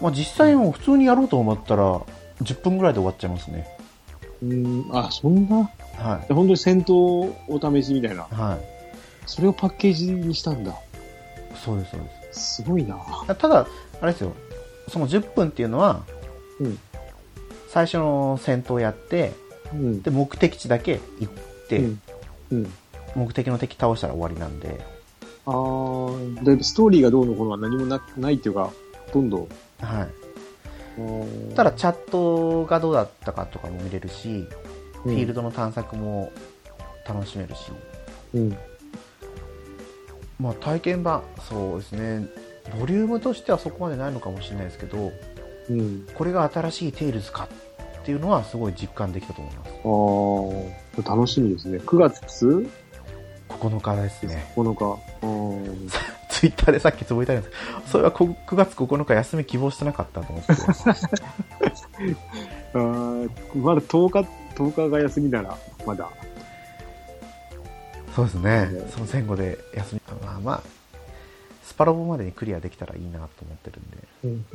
Speaker 1: まあ、実際もう普通にやろうと思ったら、10分ぐらいで終わっちゃいますね。
Speaker 2: うん。あ、そんな
Speaker 1: は
Speaker 2: 本当に戦闘お試しみたいな。
Speaker 1: い。はい。
Speaker 2: それをパッケージにしたんだ。
Speaker 1: そうです、そうです
Speaker 2: すごいな。。
Speaker 1: あただ、あれですよ、その10分っていうのは、
Speaker 2: うん。
Speaker 1: 最初の戦闘やって、
Speaker 2: うん。
Speaker 1: で、目的地だけ行って、
Speaker 2: うん。うん。
Speaker 1: 目的の敵倒したら終わりなんで、
Speaker 2: あー、だいぶストーリーがどうのこうのは何もなないっていうか、ほとんど。
Speaker 1: はい。
Speaker 2: うん
Speaker 1: ただ、、チャットがどうだったかとかも見れるし、フ
Speaker 2: フ
Speaker 1: ィールドの探索も楽しめるし、
Speaker 2: うん。
Speaker 1: まあ、体験版そうですねボリュームとしてはそこまでないのかもしれないですけど
Speaker 2: うん。
Speaker 1: これが新しいテイルズかっていうのはすごい実感できたと思います
Speaker 2: あー、楽しみですね。9月
Speaker 1: 9日ですね [laughs]
Speaker 2: ?9 日。うん。
Speaker 1: ツイッターでさっきつぶやいたんですけどそれはこ9月9日休み希望してなかったと思って
Speaker 2: あーまだ10日、10日が休みなら、まだ。
Speaker 1: [laughs] そうですねその前後で休みまあまあスパロボまでにクリアできたらいいなと思ってる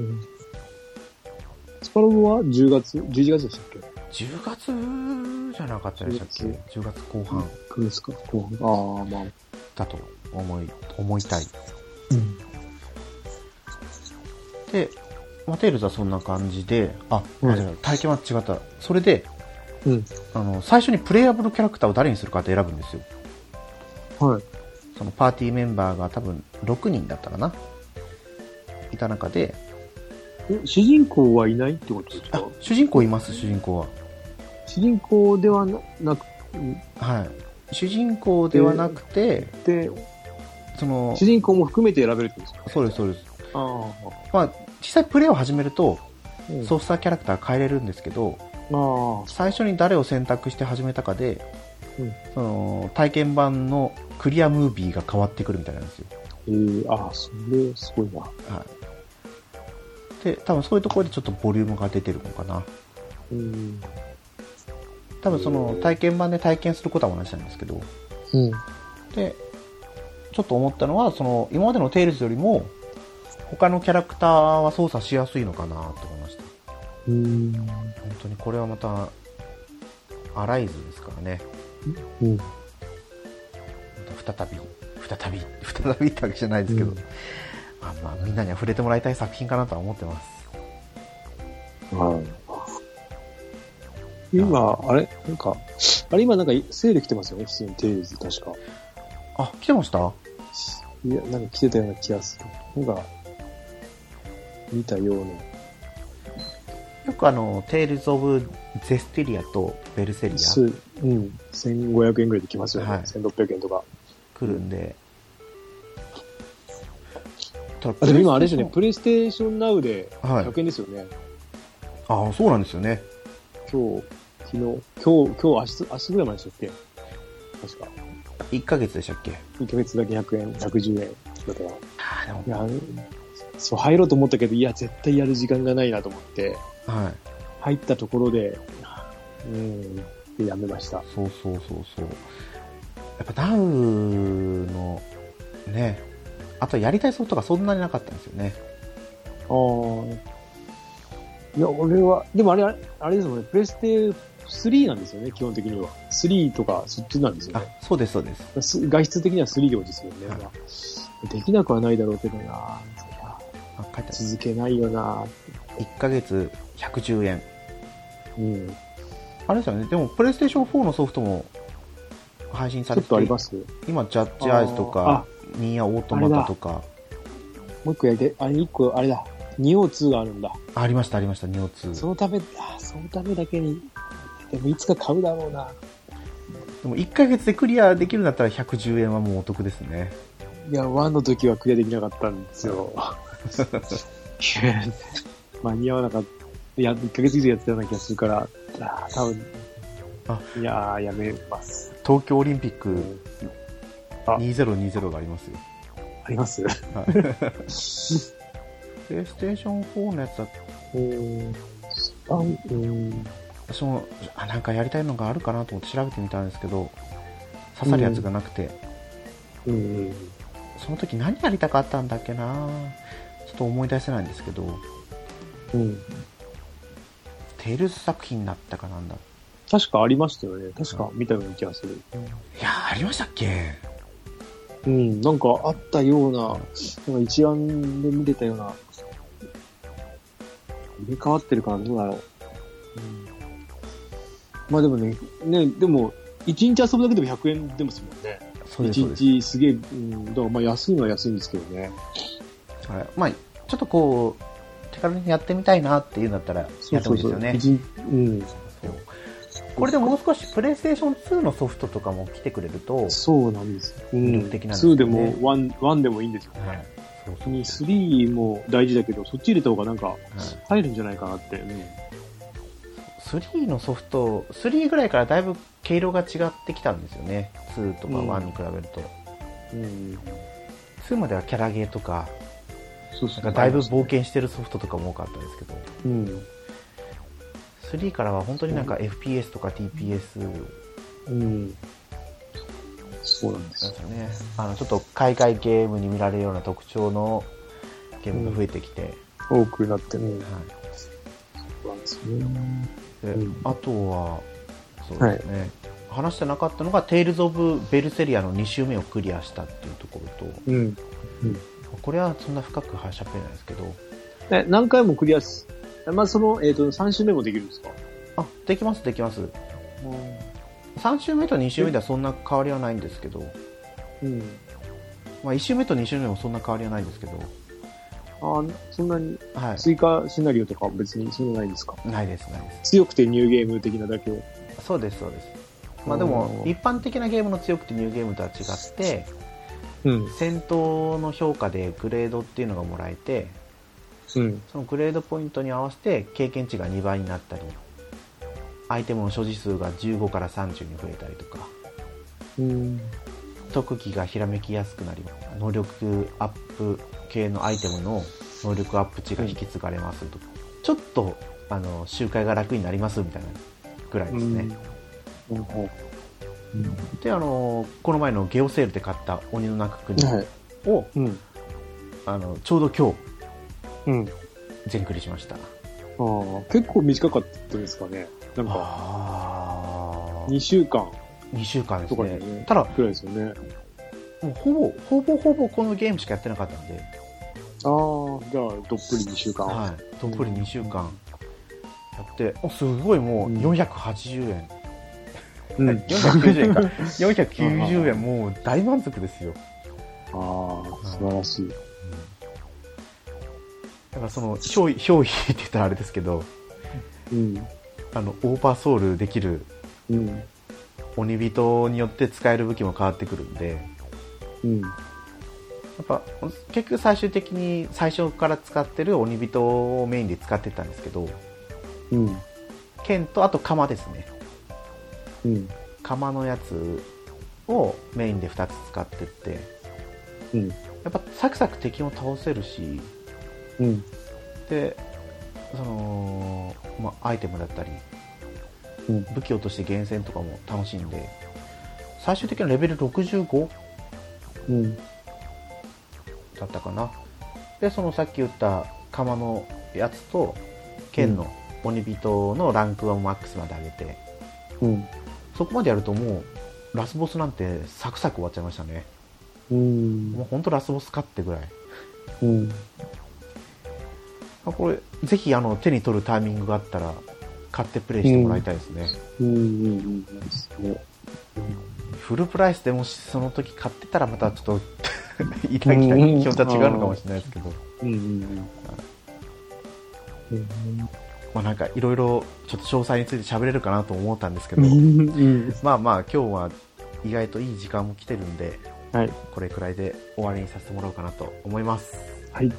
Speaker 1: んで
Speaker 2: スパロボは10月 ?11 月でしたっけ
Speaker 1: 10月じゃなかったでしたっけ10月後半
Speaker 2: 9月か。後半ああ、まあ。
Speaker 1: だと思い思いたい
Speaker 2: うん。
Speaker 1: で、まあ、テールズはそんな感じで、あ、
Speaker 2: うん
Speaker 1: あ違う体験は違った。それで、
Speaker 2: うん。
Speaker 1: あの、最初にプレイアブルキャラクターを誰にするかって選ぶんですよ。
Speaker 2: はい。
Speaker 1: そのパーティーメンバーが多分6人だったかな。いた中で、
Speaker 2: え主人公はいないってことです
Speaker 1: あ
Speaker 2: か、
Speaker 1: 主人公います、主人公は。
Speaker 2: 主人公ではななく
Speaker 1: はい。主人公ではなくて、
Speaker 2: て、
Speaker 1: その
Speaker 2: 主、人公も含めて選べるってことですか
Speaker 1: そうです、そうです。
Speaker 2: あ
Speaker 1: まあ、実際プレイを始めると、
Speaker 2: あ、うん、
Speaker 1: ソースターキャラクター変えれるんですけど、
Speaker 2: あ
Speaker 1: 最初に誰を選択して始めたかで、
Speaker 2: うん
Speaker 1: その体験版のクリアムービーが変わってくるみたいなんですよ、
Speaker 2: あ、えー、ああ、それ、すごいな。
Speaker 1: はい、で多分そういうところでちょっとボリュームが出てるのかな
Speaker 2: うん。
Speaker 1: 多分その体験版で体験することは同じなんですけど
Speaker 2: うん。
Speaker 1: でちょっと思ったのはその今までのテイルズよりも他のキャラクターは操作しやすいのかなと思いました
Speaker 2: うん。
Speaker 1: 本当にこれはまたアライズですからね
Speaker 2: うん。
Speaker 1: 再び再び再びってわけじゃないですけど、
Speaker 2: うん
Speaker 1: まあまあみんなには触れてもらいたい作品かなとは思ってます
Speaker 2: はい。今、あれなんか、あれ今なんかセール来てますよね普通にテイルズ、確か。
Speaker 1: あ来てました
Speaker 2: いや、なんか来てたような気がする。なんか、見たような。
Speaker 1: よくあの「テイルズ・オブ・ゼステリア」と「ベルセリア
Speaker 2: す、うん。1500円ぐらいで来ますよね。
Speaker 1: はい
Speaker 2: 1600円とか。」
Speaker 1: 来るんで、ただ
Speaker 2: あ、でも今あれですよね。
Speaker 1: プ
Speaker 2: プレイステーションナウで
Speaker 1: レはい
Speaker 2: 100円ですよね。
Speaker 1: あそうなんですよね
Speaker 2: 今日、昨日、今日、今日、明日、明日ぐらいまででしたっけ確か。
Speaker 1: 1ヶ月でしたっけ
Speaker 2: 1ヶ月だけ100円、110円だから。い
Speaker 1: あでも
Speaker 2: や、あのそう、入ろうと思ったけど、いや、絶対やる時間がないなと思って、
Speaker 1: はい
Speaker 2: 入ったところで、うん、でやめました。
Speaker 1: そうそうそうそうやっぱダウのねあとはやりたいソフトがそんなになかったんですよね。
Speaker 2: ああ。いや、俺は、でもあれ、あれあれですもんね、プレステ3なんですよね、基本的には。3とか、そっちなんですよ
Speaker 1: あ
Speaker 2: ね。、
Speaker 1: そうです、そうです。
Speaker 2: す外出的には3行ですよね。
Speaker 1: はい
Speaker 2: まあできなくはないだろうけどな
Speaker 1: あ、書いてあ
Speaker 2: 続けないよな
Speaker 1: る。1ヶ月110円。
Speaker 2: うん。
Speaker 1: あれですよね。でも、プレイステーション4のソフトも配信
Speaker 2: ち
Speaker 1: さ
Speaker 2: ょ
Speaker 1: れ
Speaker 2: ってとあ
Speaker 1: て
Speaker 2: り、ますも
Speaker 1: 今、ジャッジアイズとか、ニーヤオートマタとか、
Speaker 2: う一個やりたい、あれ、一個、あれだ。2王2があるんだ。
Speaker 1: ありました、ありました、ニオ2。
Speaker 2: そのため、あそのためだけに、でもいつか買うだろうな。
Speaker 1: でも、1ヶ月でクリアできるんだったら110円はもうお得ですね。
Speaker 2: いや、1の時はクリアできなかったんです [laughs] よ。間に合わなかった。いや、1ヶ月以上やってたような気がするから、あー多分
Speaker 1: あ
Speaker 2: いやー、やめます。
Speaker 1: 東京オリンピッ
Speaker 2: う
Speaker 1: ク
Speaker 2: ん
Speaker 1: 2020がありますよ。
Speaker 2: あります
Speaker 1: はい。プレイステーション4のやつだ
Speaker 2: [laughs] うん。あうん。
Speaker 1: 私もあなんかやりたいのがあるかなと思って調べてみたんですけど刺さるやつがなくて、
Speaker 2: うん。
Speaker 1: その時何やりたかったんだっけなちょっと思い出せないんですけど
Speaker 2: うん。
Speaker 1: テイルズ作品だったかなんだ
Speaker 2: 確かありましたよね。確か見たような気がする。
Speaker 1: いやーありましたっけ
Speaker 2: うん。なんかあったような、なんか一覧で見てたような。入れ替わってるからどうだろう。うん、まあでもね、ね、でも、一日遊ぶだけでも100円でもするもんね。
Speaker 1: そうです
Speaker 2: 一
Speaker 1: そうです
Speaker 2: 日すげえ、うん、だからまあ安いのは安いんですけどね。
Speaker 1: はいまあちょっとこう手軽にやってみたいなっていうんだったらやってほしいですよね
Speaker 2: 一日うん。
Speaker 1: そうこれでもう少しプレイステーション2のソフトとかも来てくれると、はい、
Speaker 2: そうなんですよ。うん。
Speaker 1: 魅力的なんですよ
Speaker 2: 2
Speaker 1: ね
Speaker 2: でも1、1でもいいんですよね。
Speaker 1: そうそう
Speaker 2: に3も大事だけど、そっち入れた方がなんか
Speaker 1: はい
Speaker 2: 入るんじゃないかなって。うん。
Speaker 1: 3のソフト3ぐらいからだいぶ毛色が違ってきたんですよね2とか
Speaker 2: うん
Speaker 1: 1に比べると、
Speaker 2: うん。
Speaker 1: 2まではキャラゲーとか
Speaker 2: そうそ
Speaker 1: な
Speaker 2: うん
Speaker 1: かだいぶ冒険してるソフトとかも多かったですけど
Speaker 2: うん。
Speaker 1: 3からは本当になんか FPS とか TPS なんで
Speaker 2: うん。そうなんです
Speaker 1: すよ
Speaker 2: よ。
Speaker 1: ねあのちょっと海外ゲームに見られるような特徴のゲームが増えてきて、
Speaker 2: 多くなってね。
Speaker 1: は
Speaker 2: そうなんですよね。
Speaker 1: いで
Speaker 2: うん
Speaker 1: あとはそうですね、話してなかったのが「テイルズ・オブ・ベルセリア」の2周目をクリアしたっていうところと
Speaker 2: うん。
Speaker 1: これはそんな深くはしゃべれないですけど
Speaker 2: え、何回もクリアす。まあ、その、えっ、と、3周目もできるんですか
Speaker 1: あできますできます3週目と2週目ではそんな変わりはないんですけど、
Speaker 2: うん。
Speaker 1: まあ、1週目と2週目もそんな変わりはないんですけど
Speaker 2: ああ、そんなに
Speaker 1: は
Speaker 2: 追加シナリオとかは別にそんなないんですか
Speaker 1: いないですないで
Speaker 2: 強くてニューゲーム的なだけ。
Speaker 1: すそうですそうですまあでも
Speaker 2: おー
Speaker 1: 一般的なゲームの強くてニューゲームとは違って
Speaker 2: うん。
Speaker 1: 戦闘の評価でグレードっていうのがもらえて
Speaker 2: うん。
Speaker 1: そのグレードポイントに合わせて経験値が2倍になったりアイテムの所持数が15から30に増えたりとか
Speaker 2: うん。
Speaker 1: 特技がひらめきやすくなり能力アップ系のアイテムの能力アップ値が引き継がれますとか、ちょっとあの周回が楽になりますみたいなぐらいですね、
Speaker 2: うん。ほ
Speaker 1: であのこの前のゲオセールで買った「鬼の中国
Speaker 2: うはい。
Speaker 1: を」
Speaker 2: うん。
Speaker 1: あのちょうど今
Speaker 2: うん。
Speaker 1: 日全クリしました
Speaker 2: ああ、結構短かったですかね。なんか、
Speaker 1: あ
Speaker 2: 2週間
Speaker 1: 2週間です
Speaker 2: とか
Speaker 1: ね
Speaker 2: にね
Speaker 1: ただ
Speaker 2: くらいですよね。
Speaker 1: もうほぼほぼほぼこのゲームしかやってなかったんで、
Speaker 2: ああ、じゃあ、どっぷり2週間。
Speaker 1: はい、どっぷり2週間やっておすごいもう480円、
Speaker 2: うん。
Speaker 1: 490円か
Speaker 2: [laughs]
Speaker 1: 490円もう大満足ですよ
Speaker 2: ああ、素晴らしい。
Speaker 1: だからその表意表意って言ったらあれですけど
Speaker 2: うん。
Speaker 1: あのオーバーソウルできる
Speaker 2: うん。
Speaker 1: 鬼人によって使える武器も変わってくるんでや
Speaker 2: うん。
Speaker 1: っぱ結局最終的に最初から使ってる鬼人をメインで使ってたんですけど
Speaker 2: うん。
Speaker 1: 剣とあと鎌ですね
Speaker 2: うん。
Speaker 1: 釜のやつをメインで2つ使ってって
Speaker 2: うん。
Speaker 1: やっぱサクサク敵も倒せるし
Speaker 2: うん。
Speaker 1: でその、まあ、アイテムだったり、
Speaker 2: うん
Speaker 1: 武器落として厳選とかも楽しんで最終的にはレベル65
Speaker 2: うん。
Speaker 1: だったかなでそのさっき言った釜のやつと剣の鬼人のランクをマックスまで上げて、
Speaker 2: うん。
Speaker 1: そこまでやるともうラスボスなんてサクサク終わっちゃいましたね
Speaker 2: うん
Speaker 1: もう。ほんとラスボスかってぐらい
Speaker 2: うん。
Speaker 1: あこれぜひあの手に取るタイミングがあったら買ってプレイしてもらいたいですね、
Speaker 2: うん。うん。そう。
Speaker 1: フルプライスでもしその時買ってたらまたちょっと [laughs] いただきたい気持ちは違うのかもしれないですけど、
Speaker 2: うん。うん。
Speaker 1: まあなんかいろいろちょっと詳細について喋れるかなと思ったんですけ
Speaker 2: う
Speaker 1: ど、
Speaker 2: ん。うん。
Speaker 1: まあまあ今日は意外といい時間も来てるんで、
Speaker 2: はい。
Speaker 1: これくらいで終わりにさせてもらおうかなと思います。
Speaker 2: はい。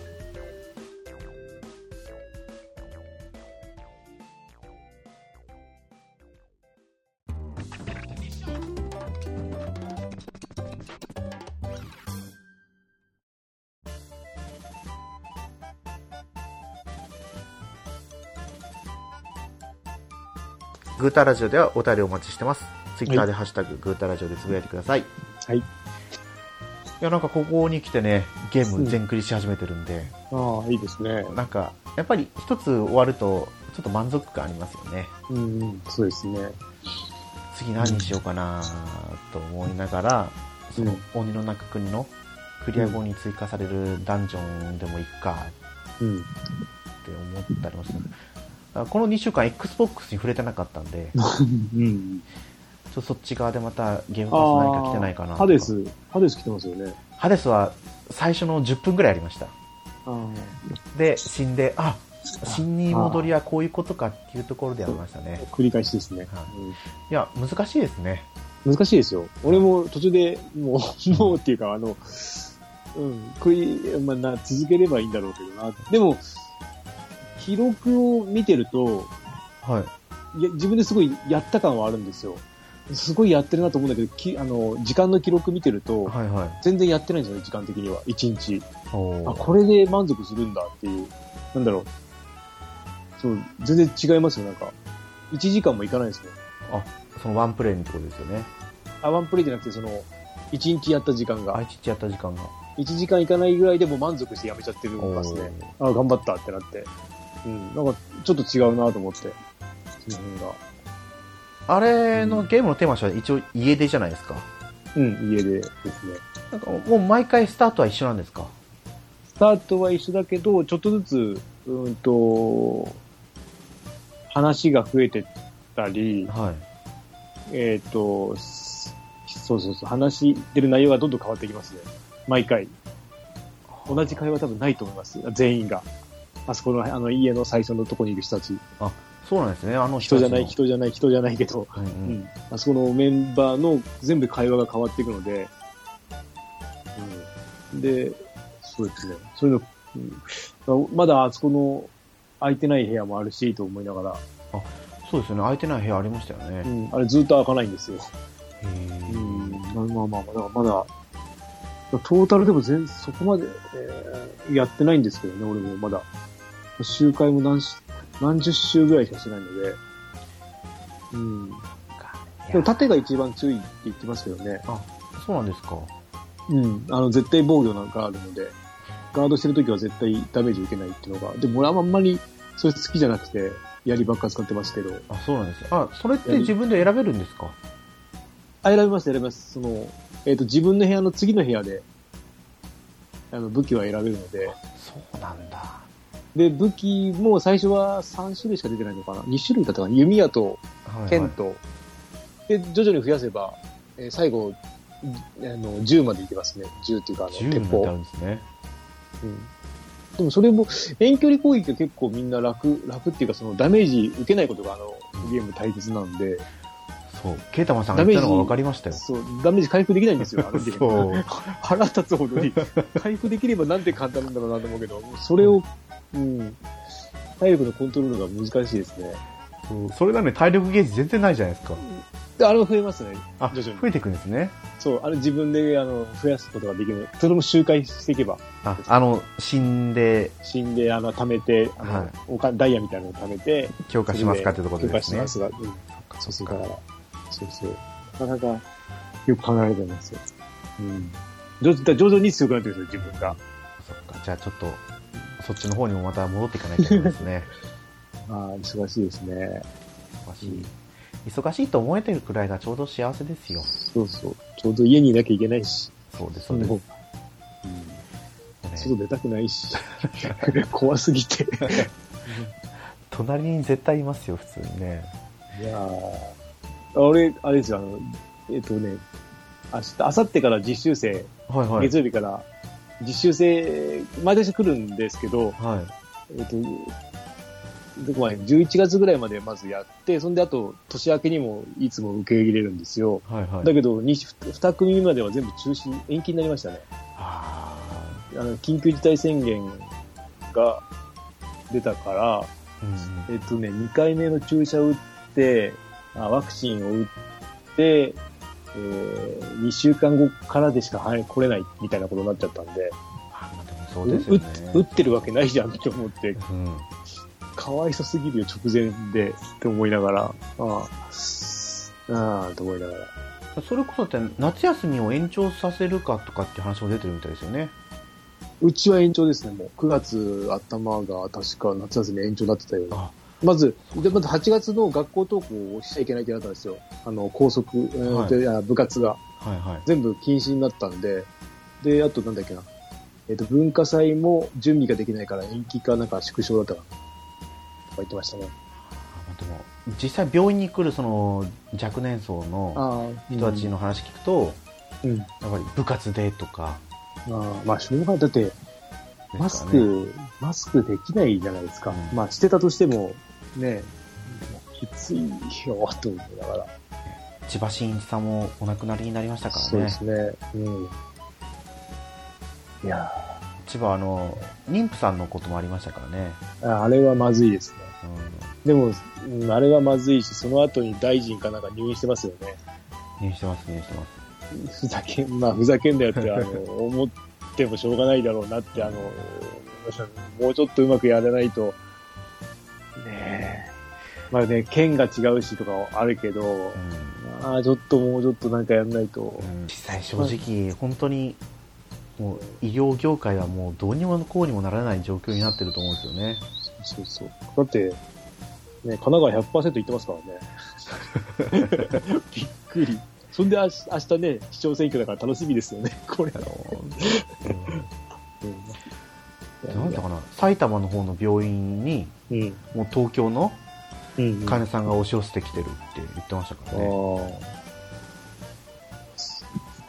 Speaker 1: グータラジオではお便りお待ちしてます。ツイッターでハッシュタグ、グータラジオでつぶやいてください。
Speaker 2: はい
Speaker 1: いや、なんかここに来てね、ゲーム全クリし始めてるんで、
Speaker 2: ああ、いいですね。
Speaker 1: なんか、やっぱり一つ終わると、ちょっと満足感ありますよね。
Speaker 2: うん。そうですね。
Speaker 1: 次何にしようかなと思いながら、その鬼の中国のクリア後に追加されるダンジョンでも行くか
Speaker 2: うん。
Speaker 1: って思ったりもした。あこの2週間 Xbox に触れてなかったんで、ちょ
Speaker 2: うん。
Speaker 1: っとそっち側でまたゲームパス何か来
Speaker 2: あ
Speaker 1: てないかなと
Speaker 2: あ、
Speaker 1: か
Speaker 2: ハデ。ス、ハデス来てますよね。
Speaker 1: ハデスは最初の10分ぐらいありました。
Speaker 2: ああ。
Speaker 1: で、死んで、あ死んに戻りはこういうことかっていうところでやりましたね。
Speaker 2: 繰り返しですね。
Speaker 1: は
Speaker 2: うん
Speaker 1: いや、難しいですね。
Speaker 2: 難しいですよ。俺も途中でもう、 [laughs] もうっていうか、あの、うん、食い、まあ、な続ければいいんだろうけどな。でも、記録を見てると、
Speaker 1: はい。
Speaker 2: いや自分ですごいやった感はあるんですよ。すごいやってるなと思うんだけど、きあの時間の記録見てると、
Speaker 1: はいはい。
Speaker 2: 全然やってないんですよね、時間的には。1日。
Speaker 1: おー
Speaker 2: あ、これで満足するんだっていう。なんだろう。そう、全然違いますよ、なんか。1時間もいかないですね。
Speaker 1: そのワンプレイのところですよね。
Speaker 2: あ、ワンプレイじゃなくて、その、1日やった時間が
Speaker 1: あ。いちっちやった時間が。
Speaker 2: 1時間いかないぐらいでもう満足してやめちゃってるんです
Speaker 1: お
Speaker 2: ね
Speaker 1: ー。
Speaker 2: あ頑張ったってなって。うん。なんか、ちょっと違うなと思って。その辺が。
Speaker 1: あれのゲームのテーマとしては一応家出じゃないですか。
Speaker 2: うん、家でですね。
Speaker 1: なんかもう毎回スタートは一緒なんですか
Speaker 2: スタートは一緒だけど、ちょっとずつ、うーんと、話が増えてったり、
Speaker 1: はい。
Speaker 2: えっ、と、すそうそうそう、話してる内容がどんどん変わってきますね。毎回。同じ会話多分ないと思います。全員が。あそこの、あの、家の最初のとこにいる人たち。
Speaker 1: そうなんですね。あの
Speaker 2: 人
Speaker 1: た
Speaker 2: じ
Speaker 1: ちの
Speaker 2: ゃない、。人じゃない、人じゃないけど。
Speaker 1: うんう
Speaker 2: うんん、あそこのメンバーの全部会話が変わっていくので、うん、で、そうですね、そういうの、うんまだあそこの空いてない部屋もあるしと思いながら、
Speaker 1: そうですよね。空いてない部屋ありましたよね。
Speaker 2: う
Speaker 1: へ
Speaker 2: ん、あれずっと開かないんですよ。
Speaker 1: ー
Speaker 2: うん、まあまあまあ、だからまだ、トータルでも全そこまで、えーやってないんですけどね、俺もまだ。周回も何し何十周ぐらいしかしてないので、うん、でも縦が一番注意って言ってますけどね。
Speaker 1: そうなんですか。
Speaker 2: うん、あの絶対防御なんかあるので、ガードしてるときは絶対ダメージ受けないっていうのが、でも俺はあんまりそれ好きじゃなくて、槍ばっか使ってますけど、
Speaker 1: あ、そうなんです。あ、それって自分で選べるんですか
Speaker 2: あ、選びます、選びます。その、えっ、と、自分の部屋の次の部屋で、あの、武器は選べるので、
Speaker 1: そうなんだ。
Speaker 2: で、武器も最初は3種類しか出てないのかな ?2 種類だったかな弓矢と
Speaker 1: はい、はい。
Speaker 2: 剣と、で、徐々に増やせば、えー最後、あの、銃までいけますね。銃っていうか、あの、
Speaker 1: 銃に
Speaker 2: 鉄
Speaker 1: なってあ
Speaker 2: 砲
Speaker 1: る。んですね。
Speaker 2: うんでもそれも、遠距離攻撃は結構みんな楽、楽っていうかそのダメージ受けないことがあの、ゲーム大切なんで、
Speaker 1: そう。ケータマンさんが言ったのが分かりましたよ。
Speaker 2: そう、ダメージ回復できないんですよ、あのゲーム。
Speaker 1: そう。
Speaker 2: 腹立つほどに、回復できればなんて簡単なんだろうなと思うけど、もうそれを、うん、体力のコントロールが難しいですね。
Speaker 1: そうそれなのに体力ゲージ全然ないじゃないですか。
Speaker 2: で、あれは増えますね。
Speaker 1: あ、
Speaker 2: 徐々に
Speaker 1: 増えていくんですね。
Speaker 2: そう、あれ自分で、あの、増やすことができる。それも周回していけば、
Speaker 1: あ、あの、死んで
Speaker 2: 死んで、あの、貯めて、あの
Speaker 1: はい
Speaker 2: お金ダイヤみたいなのを貯めて、
Speaker 1: 強化しますかってところ
Speaker 2: 許
Speaker 1: で
Speaker 2: 可
Speaker 1: す
Speaker 2: し
Speaker 1: ね
Speaker 2: ま。すが、うん、そ
Speaker 1: そ
Speaker 2: うそうう
Speaker 1: か
Speaker 2: だから。そうそう。なかなか、よく考えられてますよ。うん。徐々だから徐々に強くなってるんですよ、自分が。
Speaker 1: そっか。じゃあちょっと、そっちの方にもまた戻っていかないといけないです [laughs] ね。
Speaker 2: ああ、忙しいですね。
Speaker 1: 忙しい。忙しいと思えてるくらいがちょうど幸せですよ。
Speaker 2: そうそう。ちょうど家にいなきゃいけないし。
Speaker 1: そうです、そうです。
Speaker 2: もう
Speaker 1: ね
Speaker 2: 外出たくないし。 [laughs] 怖すぎて。
Speaker 1: 隣に絶対いますよ、普通にね。
Speaker 2: いやー俺、あれですよ、あの、えっとね、明日、明後日から実習生、
Speaker 1: はいはい。
Speaker 2: 月曜日から実習生、毎年来るんですけど、
Speaker 1: はい。
Speaker 2: えっと、どこまで、11月ぐらいまでまずやって、そんであと、年明けにもいつも受け入れるんですよ。
Speaker 1: はいはい。
Speaker 2: だけど、2, 二組目までは全部中止、延期になりましたね。
Speaker 1: あ
Speaker 2: あの、緊急事態宣言が出たから、
Speaker 1: ーうん
Speaker 2: えっとね、2回目の注射を打って、あワクチンを打って、えー、2週間後からでしかはい来れないみたいなことになっちゃったんで、
Speaker 1: あまあでもそうですよね。
Speaker 2: 打ってるわけないじゃんって思って、
Speaker 1: うん。
Speaker 2: かわいそすぎるよ、直前で、って思いながら、ああ、ああ、と思いながら。
Speaker 1: それこそって夏休みを延長させるかとかって話も出てるみたいですよね。
Speaker 2: うちは延長ですね、もう。9月頭が確か夏休み延長になってたような。
Speaker 1: あ、
Speaker 2: まず、でまず8月の学校登校をしちゃいけないってなったんですよ。あの、校則、えー
Speaker 1: はい
Speaker 2: であ部活が。
Speaker 1: はいはい。
Speaker 2: 全部禁止になったんで、で、あとなんだっけな、えっ、と、文化祭も準備ができないから延期かなんか縮小だったかな、とか言ってましたね。
Speaker 1: あまあでも、実際病院に来るその若年層の
Speaker 2: ああ、
Speaker 1: 人たちの話聞くと、
Speaker 2: うん。うん。あ
Speaker 1: やっぱり部活でとか
Speaker 2: あまあ、しょうがない。だって、
Speaker 1: ですかね
Speaker 2: マスク、マスクできないじゃないですか。
Speaker 1: うん
Speaker 2: まあ、してたとしても、ね、きついよ、と思いながら。
Speaker 1: 千葉真一さんもお亡くなりになりましたからね。
Speaker 2: そうですね。うん。いや
Speaker 1: 千葉はあの、妊婦さんのこともありましたからね。
Speaker 2: ーあれはまずいですね。
Speaker 1: うん
Speaker 2: でも、うん、あれはまずいし、その後に大臣かなんか入院してますよね。
Speaker 1: 入院してます、入院してます。
Speaker 2: ふざけん、まあ、ふざけんだよって、あの、思ってもしょうがないだろうなって、あの、もうちょっとうまくやらないと、ねえ。まあね、県が違うしとかあるけど、まあ、ちょっともうちょっとなんかやんないと
Speaker 1: う、ん実際正直、本当に、もう医療業界はもうどうにもこうにもならない状況になってると思うんですよね。
Speaker 2: そうそう。だって、ね、神奈川100%行ってますからね。 [laughs] びっくり。そんで明日明日ね、市長選挙だから楽しみですよね、これ。
Speaker 1: うん、なんだかな、埼玉の方の病院に、
Speaker 2: うん。
Speaker 1: もう東京の
Speaker 2: うん。
Speaker 1: 患者さんが押し寄せてきてるって言ってましたからね。
Speaker 2: あ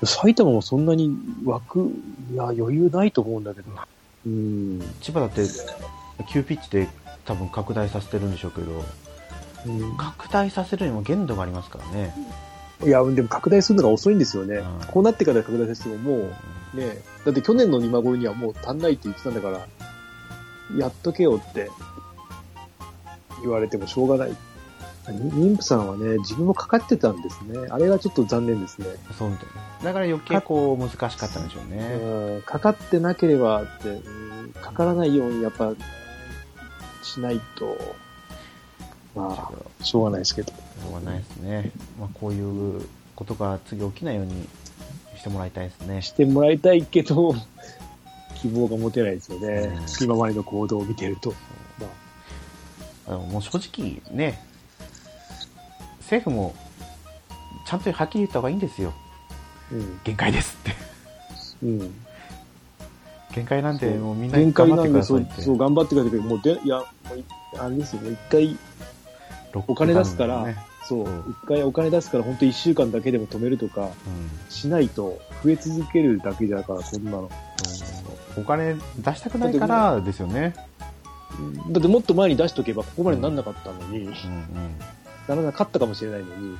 Speaker 2: あ。埼玉もそんなに枠、いや、余裕ないと思うんだけど。うん。
Speaker 1: 千葉だって、急ピッチで多分拡大させてるんでしょうけど、拡大させるにも限度がありますからね。
Speaker 2: いや、でも拡大するのが遅いんですよね。
Speaker 1: うん
Speaker 2: こうなってから拡大させてももう、
Speaker 1: う
Speaker 2: ねえ、だって去年の今頃にはもう足んないって言ってたんだから、やっとけよって言われてもしょうがない。に妊婦さんはね、自分もかかってたんですね。あれがちょっと残念ですね。
Speaker 1: んそうみたいな。だから余計こう難しかったんでしょうね。
Speaker 2: うんかかってなければって、うんかからないようにやっぱ、しないと、まあ、しょうがないですけ
Speaker 1: し
Speaker 2: ど。
Speaker 1: ょうがないですね。まあこういうことが次起きないようにしてもらいたいですね。
Speaker 2: してもらいたいけど、希望が持てないですよね
Speaker 1: うん。
Speaker 2: 今までの行動を見てると。まあ
Speaker 1: あのもう正直ね、政府もちゃんとはっきり言った方がいいんですよ。
Speaker 2: うん
Speaker 1: 限界ですって。 [laughs]
Speaker 2: うん、
Speaker 1: 限界なんで、もうみんな
Speaker 2: 限界
Speaker 1: 頑張
Speaker 2: な
Speaker 1: ってく
Speaker 2: んで
Speaker 1: だ
Speaker 2: そ
Speaker 1: さいうっ、て。
Speaker 2: そう、頑張ってくださいけど、もうで、いや、もういあれですよね、一回、
Speaker 1: ロック
Speaker 2: お金出すか
Speaker 1: ダウン
Speaker 2: ら、
Speaker 1: ね
Speaker 2: そう
Speaker 1: うん、
Speaker 2: 一回お金出すから、本当一週間だけでも止めるとか、
Speaker 1: うん
Speaker 2: しないと、増え続けるだけだから、こんなの。
Speaker 1: お金出したくないからですよね。
Speaker 2: だってもっと前に出しとけば、ここまでなんなかったのに、
Speaker 1: うんうん
Speaker 2: ならなかったかもしれないのに、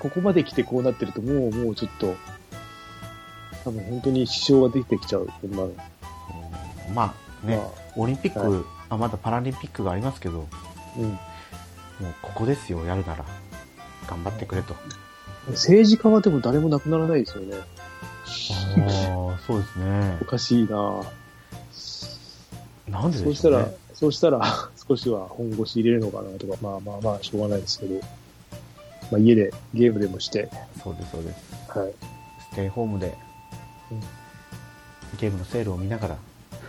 Speaker 2: ここまで来てこうなってると、もう、もうちょっと、多分本当に支障ができてきちゃう、こんなの。
Speaker 1: まあね、
Speaker 2: ま
Speaker 1: オリンピック、
Speaker 2: は
Speaker 1: あ、まだパラリンピックがありますけど、も
Speaker 2: あうん
Speaker 1: うここですよ、やるなら。頑張ってくれと。
Speaker 2: 政治家はでも誰も亡くならないですよね。
Speaker 1: ああ、そうです
Speaker 2: [laughs]
Speaker 1: ね
Speaker 2: お。かしいなぁ。
Speaker 1: なんで
Speaker 2: そう
Speaker 1: で
Speaker 2: し
Speaker 1: したょう
Speaker 2: ら
Speaker 1: ね。、
Speaker 2: そうしたら、 [laughs] 少しは本腰入れるのかなとか、まあまあまあ、しょうがないですけど、まあ家でゲームでもして、
Speaker 1: そうです、そうです。
Speaker 2: はい。
Speaker 1: ステイホームで
Speaker 2: うん、
Speaker 1: ゲームのセールを見ながら、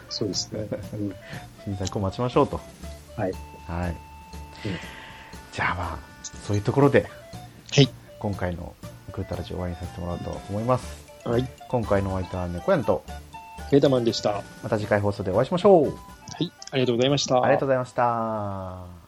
Speaker 2: そうですね。うん
Speaker 1: 新作を待ちましょうと。
Speaker 2: はい。
Speaker 1: はい。じゃあまあ、そういうところで、
Speaker 2: はい。
Speaker 1: 今回のグータラジオ終わりにさせてもらおうと思います。
Speaker 2: はい。
Speaker 1: 今回のお相手は猫やんと、
Speaker 2: ケータマンでした。は
Speaker 1: また次回放送でお会いしましょう。
Speaker 2: い。ありがとうございました。
Speaker 1: ありがとうございました。